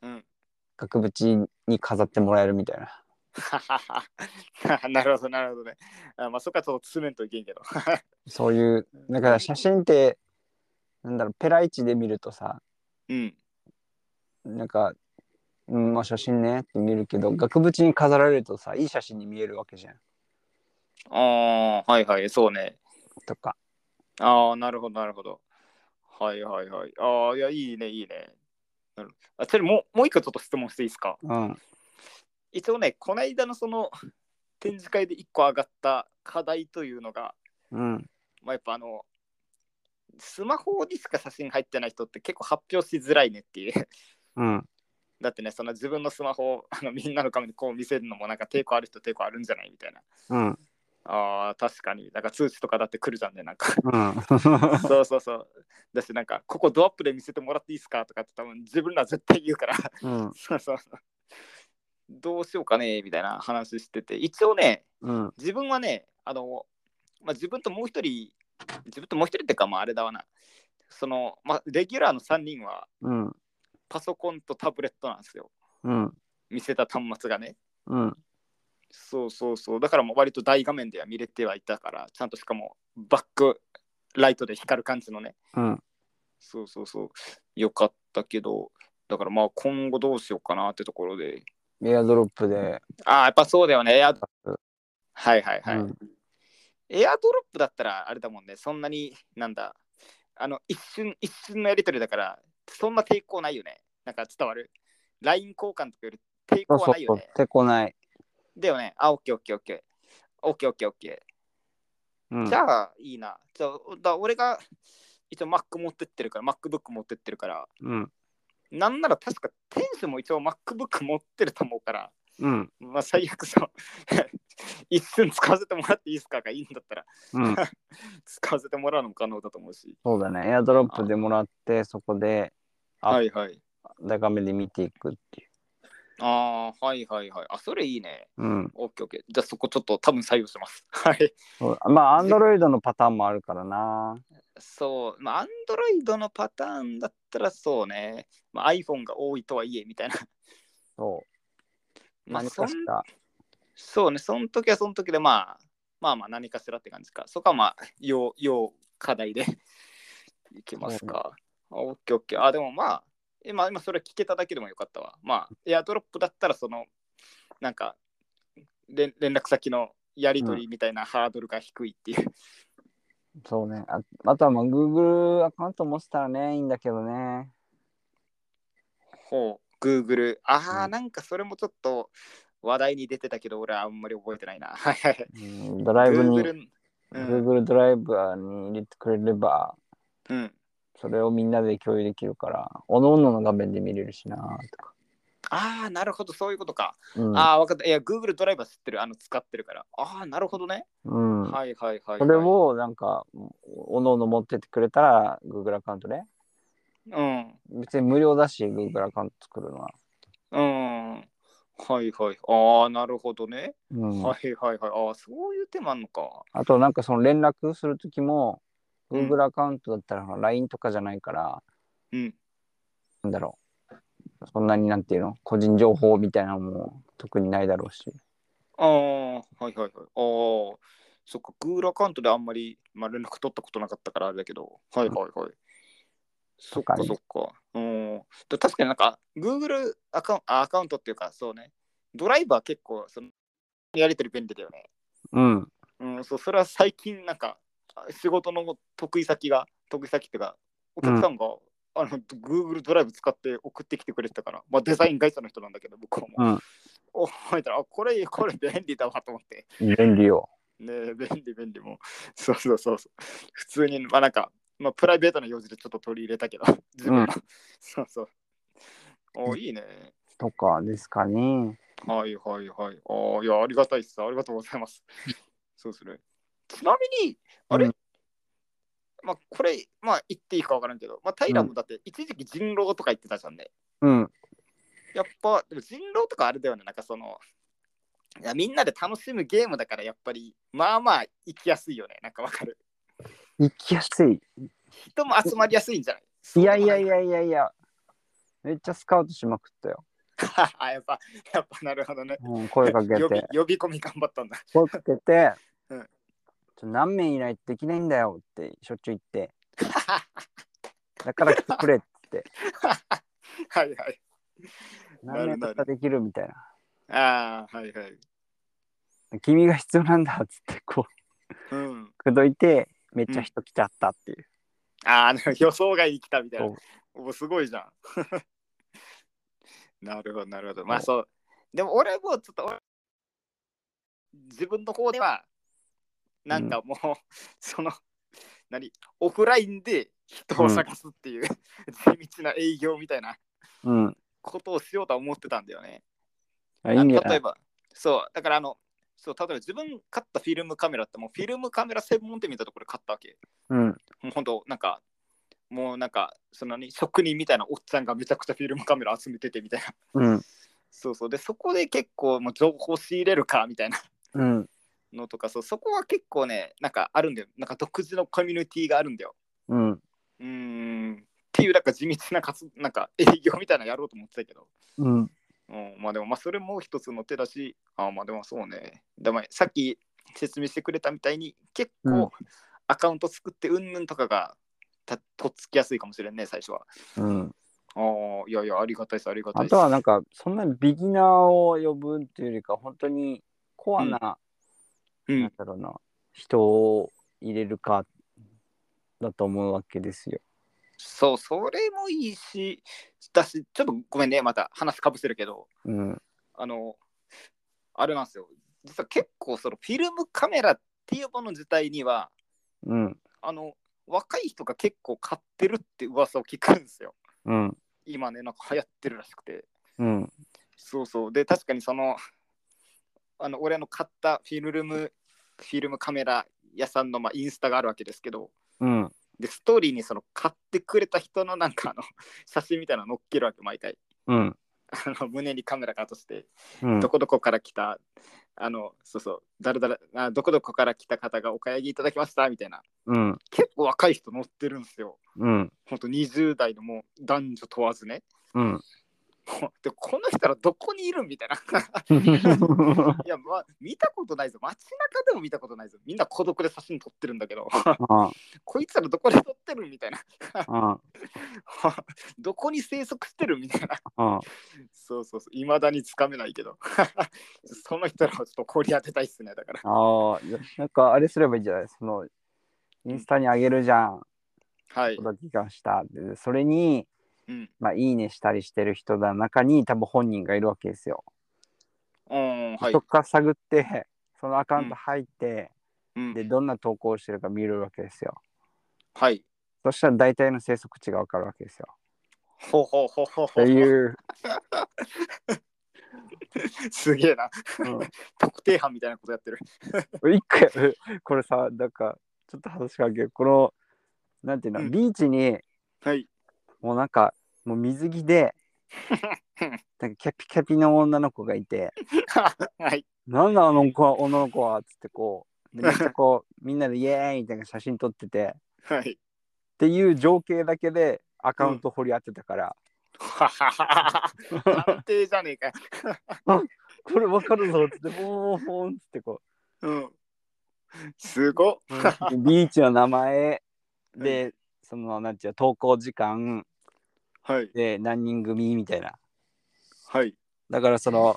S1: うん。
S2: 額縁に飾ってもらえるみたいな
S1: ははははなるほど、なるほどね。あまあ、そっか、ちょっと詰めんといけんけど。
S2: そういうだから写真ってなんだろうペライチで見るとさ
S1: うん。
S2: なんか「うんまあ写真ね」って見るけど額縁に飾られるとさいい写真に見えるわけじゃん
S1: ああ、はいはい、そうね。
S2: とか
S1: ああ、なるほど、なるほど。はいはいはい。ああ、いや、いいね、いいね。なるあそれもう、もう一個ちょっと質問していいですか
S2: うん
S1: 一応ね、この間のその展示会で一個上がった課題というのが、
S2: うん
S1: まあ、やっぱあの、スマホにしか写真入ってない人って結構発表しづらいねっていう。
S2: うん
S1: だってね、その自分のスマホをあのみんなのためにこう見せるのもなんか抵抗ある人抵抗あるんじゃないみたいな。
S2: うん
S1: ああ、確かに。なんか通知とかだって来るじゃんね、なんか。
S2: うん
S1: そうそうそう。だし、なんか、ここドアップで見せてもらっていいですかとかって多分自分ら絶対言うから、
S2: うん
S1: そうそうそう。どうしようかねみたいな話してて、一応ね、
S2: うん
S1: 自分はね、あの、まあ、自分ともう一人、自分ともう一人ってか、まあ、あれだわな、その、まあ、レギュラーの3人は
S2: うん
S1: パソコンとタブレットなんですよ。
S2: うん
S1: 見せた端末がね。
S2: うん
S1: そうそうそう。だからもう割と大画面では見れてはいたから、ちゃんとしかもバックライトで光る感じのね、
S2: うん
S1: そうそうそう。よかったけど、だからまあ今後どうしようかなってところで。
S2: エアドロップで、
S1: ああ、やっぱそうだよね。エアはいはいはい。
S2: うん
S1: エアドロップだったらあれだもんね。そんなになんだ。あの一瞬一瞬のやり取りだから、そんな抵抗ないよね。なんか伝わる。LINE 交換とかより抵抗
S2: そう
S1: は
S2: そう
S1: ない
S2: そ
S1: よ
S2: う
S1: ね。
S2: てこない、
S1: だよね。あ、オッケーオッケーオッケー。オッケーオッケーオッケ
S2: うん
S1: ー。じゃあいいな。じゃあ、だ俺が一応 Mac 持ってってるから、MacBook 持ってってるから、
S2: うん
S1: なんなら確か店主も一応 MacBook 持ってると思うから、
S2: うん
S1: まあ最悪そう。 一寸使わせてもらっていいですかがいいんだったら、
S2: うん
S1: 使わせてもらうのも可能だと思うし。
S2: そうだねエアドロップでもらってそこであ
S1: はいはい。
S2: 大画面で見ていくっていう
S1: ああ、はいはいはい。あ、それいいね。
S2: うん
S1: オッケーオッケー。じゃあそこちょっと多分採用します。 はい。
S2: そうまあアンドロイドのパターンもあるからな
S1: そう、まあ、アンドロイドのパターンだったらそうね。まあ、iPhone が多いとはいえ、みたいな。
S2: そう
S1: まあ、
S2: 何
S1: そ
S2: か
S1: ん
S2: しら
S1: そうね、その時はその時で、まあ、まあまあ何かしらって感じか。そこはまあ、 要、要課題で いきますか。あオッケーオッケー。あ、でもまあ、今、今それ聞けただけでもよかったわ。まあ、エアドロップだったら、その、なんか、連連絡先のやり取りみたいなハードルが低いっていう。
S2: そうねああとはまあ Google アカウント持ってたらねいいんだけどね
S1: ほう、Google。ああ、
S2: うん
S1: なんかそれもちょっと話題に出てたけど、俺はあんまり覚えてないな。はいはい。
S2: うんドライブに
S1: Google うん。
S2: Google ドライバーに入れてくれれば
S1: うん
S2: それをみんなで共有できるからおのおのの画面で見れるしなとか、
S1: ああ、なるほど、そういうことか。
S2: うん、
S1: ああ、分かった。いや、Google ドライバー知ってる。あの、使ってるから。ああ、なるほどね。
S2: うん、
S1: はいはいはい、はい。
S2: それをなんか、おのおの持ってってくれたら、Google アカウントね。
S1: うん。
S2: 別に無料だし、Google アカウント作るのは。
S1: うん。はいはい。ああ、なるほどね。
S2: うん
S1: はいはいはい。ああ、そういう手もあんのか。
S2: あと、なんかその連絡するときも、
S1: うん
S2: Google アカウントだったらほら LINE とかじゃないから、
S1: うん。
S2: なんだろう。そんなになんていうの個人情報みたいなのも特にないだろうし。
S1: ああ、はいはいはい。ああ、そっか、グールアカウントであんまり、まあ、連絡取ったことなかったからあれだけど、はいはいはい。そっか
S2: とか
S1: そ
S2: ね
S1: っか。うん。で確かになんか、Google アカウンあアカウントっていうか、そうね、ドライバー結構、その、やりとり便利だよね。
S2: うん。
S1: うん、そう、それは最近なんか、仕事の得意先が、得意先っていうか、お客さんが、あの、Google ドライブ使って送ってきてくれてたから、まあデザイン会社の人なんだけど、僕はもう。
S2: うん
S1: お見たら、あこれ、これ便利だわと思って。
S3: 便利よ。
S1: ねえ、便利便利もう。そうそうそうそう。普通に、まあなんか、まあプライベートな用事でちょっと取り入れたけど、自分の。そうそう。おいいね。
S2: とかですかね。
S1: はいはいはい。ああ、いや、ありがたいっす。ありがとうござい ます。そうする。ちなみに、あれ、
S2: う
S1: まあこれ、まあ言っていいかわからんけど、まあ平もだって一時期人狼とか言ってたじゃんね。
S2: うん。
S1: やっぱ、でも人狼とかあれだよね、なんかその、いやみんなで楽しむゲームだからやっぱり、まあまあ行きやすいよね。なんかわかる。
S2: 行きやすい。
S1: 人も集まりやすいんじゃない
S2: いやいやい。やいやいや。めっちゃスカウトしまくったよ。
S1: あ やっぱ、やっぱなるほどね。
S2: うん、声かけ
S1: 呼び
S2: て。
S1: 呼び込み頑張ったんだ。
S2: 声かけて。
S1: うん
S2: ちょ何名以内できないんだよってしょっちゅ う言って。だから来てくれって。
S1: はいはい。
S2: 何名と
S1: な
S2: かできるみたいな。
S1: ああ、はいはい。
S2: 君が必要なんだっつってこう、
S1: うん。
S2: くどいて、めっちゃ人来ちゃったっていう。
S1: ああ、なんか予想外に来たみたいな
S2: そ。
S1: おすごいじゃん。 なるほど、なるほど。まあそう。でも俺もちょっと俺、自分の方では、なんかもう、 その、何、オフラインで人を探すっていう、 地道な営業みたいな
S2: うん。
S1: ことをしようとは思ってたんだよね。
S2: あいいんじゃ
S1: あの
S2: な
S1: 例え
S2: い
S1: ば、そう、だからあの、そう、例えば自分買ったフィルムカメラって、もうフィルムカメラ専門店みたいなところで買ったわけ。
S2: うん。
S1: もうほんと、なんか、もうなんか、そのに職人みたいなおっちゃんがめちゃくちゃフィルムカメラ集めててみたいな。
S2: うん。
S1: そうそう。で、そこで結構、もう情報仕入れるかみたいな
S2: うん。
S1: のとか、そう、そこは結構ね、なんかあるんだよ。なんか独自のコミュニティがあるんだよ。
S2: うん。
S1: うーん。っていう、なんか地道なかつ、なんか営業みたいなのやろうと思ってたけど。
S2: うん。
S1: うん、まあでもまあそれも一つの手だし、あまあでもそうね。でもさっき説明してくれたみたいに結
S2: うん
S1: 構アカウント作ってうんぬんとかがたとっつきやすいかもしれんね、最初は。
S2: うん。
S1: ああ、いやいや、ありがたいです、ありがたい
S2: あ
S1: です。
S2: とはなんかそんなにビギナーを呼ぶっていうよりか本当にコアな,、
S1: うん
S2: なんだろうな人を入れるかだと思うわけですよ。
S1: そう、それもいいし、だし、ちょっとごめんね、また話かぶせるけど、
S2: うん
S1: あの、あれなんですよ。実は結構そのフィルムカメラっていうもの自体には、
S2: うん
S1: あの、若い人が結構買ってるって噂を聞くんですよ。
S2: うん
S1: 今ね、なんか流行ってるらしくて。
S2: うん
S1: そうそう。で、確かにその、あの俺の買ったフィルム、フィルムカメラ屋さんのまあインスタがあるわけですけど、
S2: うん
S1: で、ストーリーにその買ってくれた人のなんかあの 写真みたいなの載っけるわけ、毎回。
S2: うん
S1: あの胸にカメラがとして、
S2: うん
S1: どこどこから来た、あの、そうそう、だるだる、あどこどこから来た方がお買い上げいただきましたみたいな、
S2: うん
S1: 結構若い人載ってるんですよ。
S2: うん
S1: ほんと20代のもう男女問わずね。
S2: うん
S1: で、この人らどこにいるみたいな。 いや、まあ、見たことないぞ。街中でも見たことないぞ。みんな孤独で写真撮ってるんだけど、
S2: あ
S1: こいつらどこで撮ってるみたいな。
S2: あ
S1: どこに生息してるみたいな。
S2: あ
S1: そうそうそう。いまだにつかめないけど。 その人らをちょっと氷当てたいっすね。だから。
S2: あなんかあれすればいいんじゃないそのインスタにあげるじゃん
S1: はい。
S2: 届きがしたでそれに、
S1: うん。
S2: まあ、いいねしたりしてる人の中に多分本人がいるわけですよ。
S1: うん。はい
S2: そ。こから探ってそのアカウント入って、
S1: うん
S2: でどんな投稿をしてるか見るわけですよ
S1: はい。
S2: そしたら大体の生息地がわかるわ けですよ
S1: ほうほうほうほうほ
S2: っ
S1: う
S2: ていう、
S1: すげえな。
S2: う
S1: 特定班みたいなことやってる。
S2: ん、一回これさなんかちょっと話があるけどこのなんていうの、
S1: うん
S2: ビーチに
S1: はい。
S2: もうなんかもう水着でなんかキャピキャピの女の子がいて
S1: はい。
S2: 「なんだあの子は女の子は」っつってこうでめっちゃこ うみんなで「イエーイ!」みたいな写真撮っててっ
S1: はい。
S2: ていう情景だけでアカウント掘り当てたから、
S1: はははは。探偵じゃねえかよ。
S2: これわかるぞっつって、ボーンボーンっつってこ
S1: うん。すごっ。
S2: ビーチの名前で、そのなんていうの投稿時間
S1: はい。
S2: で何人組みたいな
S1: はい。
S2: だからその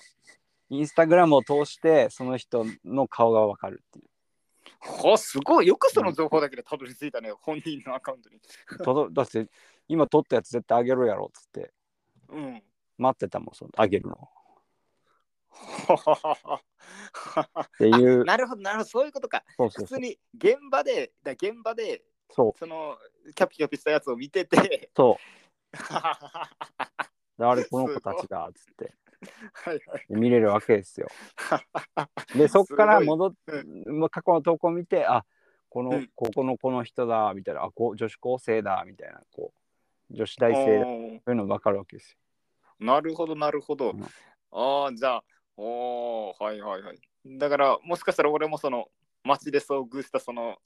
S2: インスタグラムを通してその人の顔がわかるってい
S1: はすごい。よくその情報だけでたどり着いたね。本人のアカウントに。
S2: う届だって今撮ったやつ絶対あげろやろっつって
S1: うん。
S2: 待ってたもんそのあげるの
S1: ははははは
S2: っ ていう
S1: なるほど、なるほど。そういうことか。
S2: そうそ
S1: 普
S2: う
S1: 通
S2: そう
S1: に現場で、だ現場で、
S2: そう
S1: そのキャピキャピしたやつを見てて、
S2: そ
S1: はははは
S2: うであれこの子たちだっつって
S1: はいはい。
S2: で見れるわけですよ
S1: ははは
S2: でそっから
S1: すごい
S2: 戻っ、まあ過去の投稿を見てあこの、
S1: うん
S2: ここのこの人だみたいなあこう女子高生だみたいなこう女子大生だそ
S1: おー
S2: ういうの分かるわけですよ
S1: なるほど、なるほど。
S2: うん
S1: ああ、じゃあ、おーはいはいはい。だから、もしかしたら俺もその、街で遭遇したその、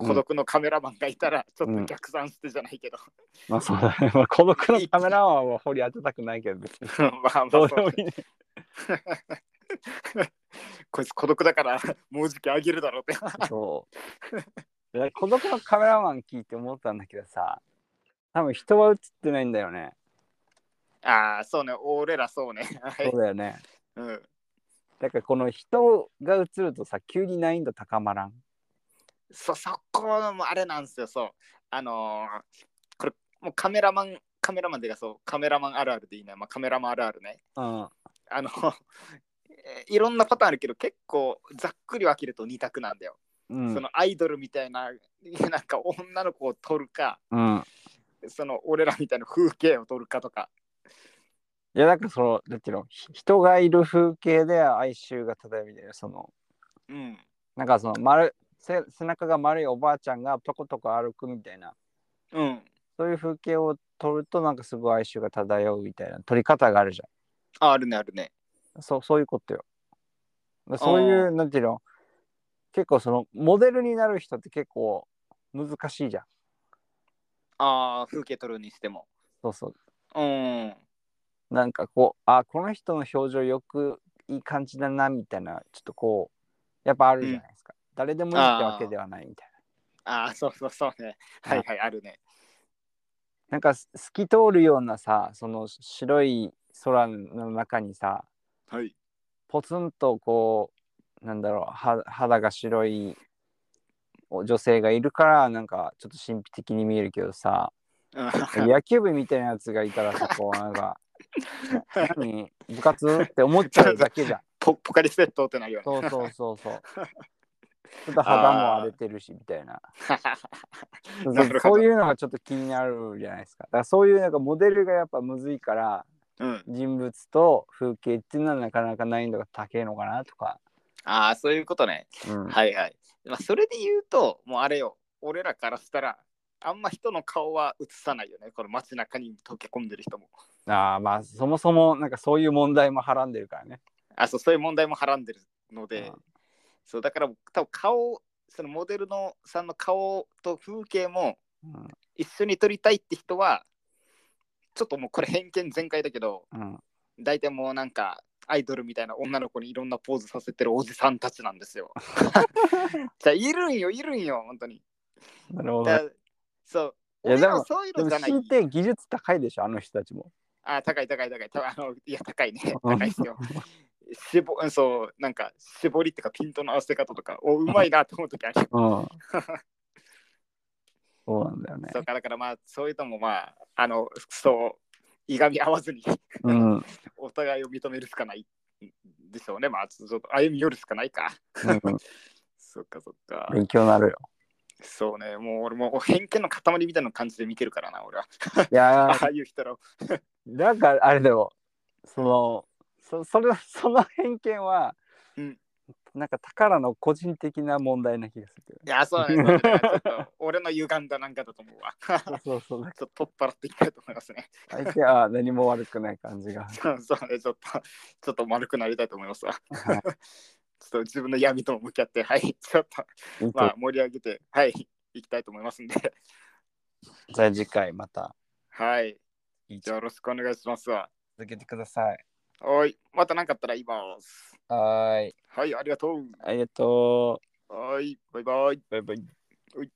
S2: うん
S1: 孤独のカメラマンがいたら、ちょっ
S2: う
S1: と
S2: ん
S1: 逆算してじゃないけど。
S2: まあそうだね、まあ、孤独のカメラマンは掘り当てたくないけど別に
S1: まあまあ
S2: ど
S1: そうう
S2: でもいいね
S1: こいつ孤独だから、もうじきあげるだろうって。
S2: そう。だから孤独のカメラマン聞いて思ったんだけどさ、多分人は映ってないんだよね。
S1: ああ、そうね、俺らそうね。はい
S2: そうだよね。
S1: うん、
S2: だからこの人が映るとさ、急に難易度高まらん。
S1: そ、そこもあれなんですよ、そう。あのーこれ、もうカメラマン、カメラマンでがそう、カメラマンあるあるでいいね。まあ、カメラマンあるあるね。
S2: うん。
S1: あの、 えーいろんなパターンあるけど、結構ざっくり分けると2択なんだよ。
S2: うん。
S1: そのアイドルみたいな、 なんか女の子を撮るか、
S2: うん、
S1: その俺らみたいな風景を撮るかとか。
S2: いや、だからその、だっていうの、ひ人がいる風景で哀愁が漂うみたいな、その、
S1: うん。
S2: なんかその丸、せ背中が丸いおばあちゃんがとことこ歩くみたいな、
S1: うん。
S2: そういう風景を撮ると、なんかすごい哀愁が漂うみたいな撮り方があるじゃん。
S1: あ、あるね、あるね。
S2: そうそういうことよ。だそうい
S1: あ
S2: う、なんていうの、結構その、モデルになる人って結構難しいじゃん。
S1: ああ、風景撮るにしても。
S2: そうそう。
S1: うん。
S2: なんかこう、あ、この人の表情よくいい感じだな、みたいな、ちょっとこう、やっぱあるじゃないですか。誰でもいいってわけではないみたいな。
S1: ああ、そうそうそうね。はいはい、あるね。
S2: なんかす透き通るようなさ、その白い空の中にさ、
S1: はい。
S2: ポツンとこう、なんだろう、は肌が白いお女性がいるから、なんかちょっと神秘的に見えるけどさ、
S1: うん
S2: 野球部みたいなやつがいたらさ、こうなんか、な何部活って思っちゃうだけじゃん。
S1: ポポカリスエットってなるよね。
S2: そうそうそうそう。ちょっと肌も荒れてるしみたいな。そう
S1: なるほど
S2: そういうのがちょっと気になるじゃないですか。だからそういうなんかモデルがやっぱむずいから、
S1: うん、
S2: 人物と風景っていうのはなかなか難易度が高いのかなとか。
S1: ああ、そういうことね。
S2: うん、
S1: はいはい。まあ、それで言うと、もうあれよ、俺らからしたら、あんま人の顔は映さないよね。この街中に溶け込んでる人も。
S2: ああまあそもそもなんかそういう問題もはらんでるからね。
S1: あそうそういう問題もはらんでるので
S2: うん、
S1: そうだから多分顔、そのモデルのさんの顔と風景も
S2: うん
S1: 一緒に撮りたいって人は、ちょっともうこれ偏見全開だけど、
S2: うん、
S1: 大体もうなんかアイドルみたいな女の子にいろんなポーズさせてるおじさんたちなんです よ。 じゃあいるんよいるんよ本当に。
S2: なるほどね、
S1: だそう。
S2: い
S1: 俺
S2: や
S1: ら
S2: でも
S1: はそういう
S2: で
S1: の
S2: も
S1: じゃな
S2: 強
S1: い
S2: い。て技術高いでしょあの人たちも。
S1: あ高い高い高いた あのいや高いね
S2: うん
S1: 高いっすよ。絞うんそうなんか絞りとかピントの合わせ方とかおうまいなと思う時 ある。
S2: うん。そうなんだよね。
S1: そうかだからまあそういうのもまああのそういがみ合わずに
S2: うん。うん
S1: お互いを認めるしかないでしょうねまあちょっと歩み寄るしかないか。そっかそっか。
S2: 勉強になるよ。
S1: そうね、もう俺も偏見の塊みたいな感じで見てるからな、俺は。
S2: いや
S1: あ
S2: ー、
S1: あいう人らを。
S2: なんかあれでも、その、そそれその偏見は、
S1: うん
S2: なんか宝の個人的な問題な気がするけど
S1: いや、そうだね。そうだねちょっと俺の歪んだなんかだと思うわ。ちょっ
S2: そうそうそう。
S1: と取っ払っていきたいと思いますね。
S2: 相手は何も悪くない感じが。
S1: そうそうね、ちょっと、ちょっと丸くなりたいと思いますわ。
S2: はい
S1: ちょっと自分の闇とも向き合って、はい、ちょっと、
S2: いいと
S1: まあ、盛り上げて、はい、いきたいと思いますんで、
S2: じゃあ次回また
S1: はい、
S2: いい
S1: じゃあよろしくお願いしますわ。
S2: 続けてください。
S1: おい、また何かあったら言います。
S2: はーい。
S1: はい、ありがとう。
S2: ありがとう。はい、バイバイ。
S1: バイバイ。
S2: はい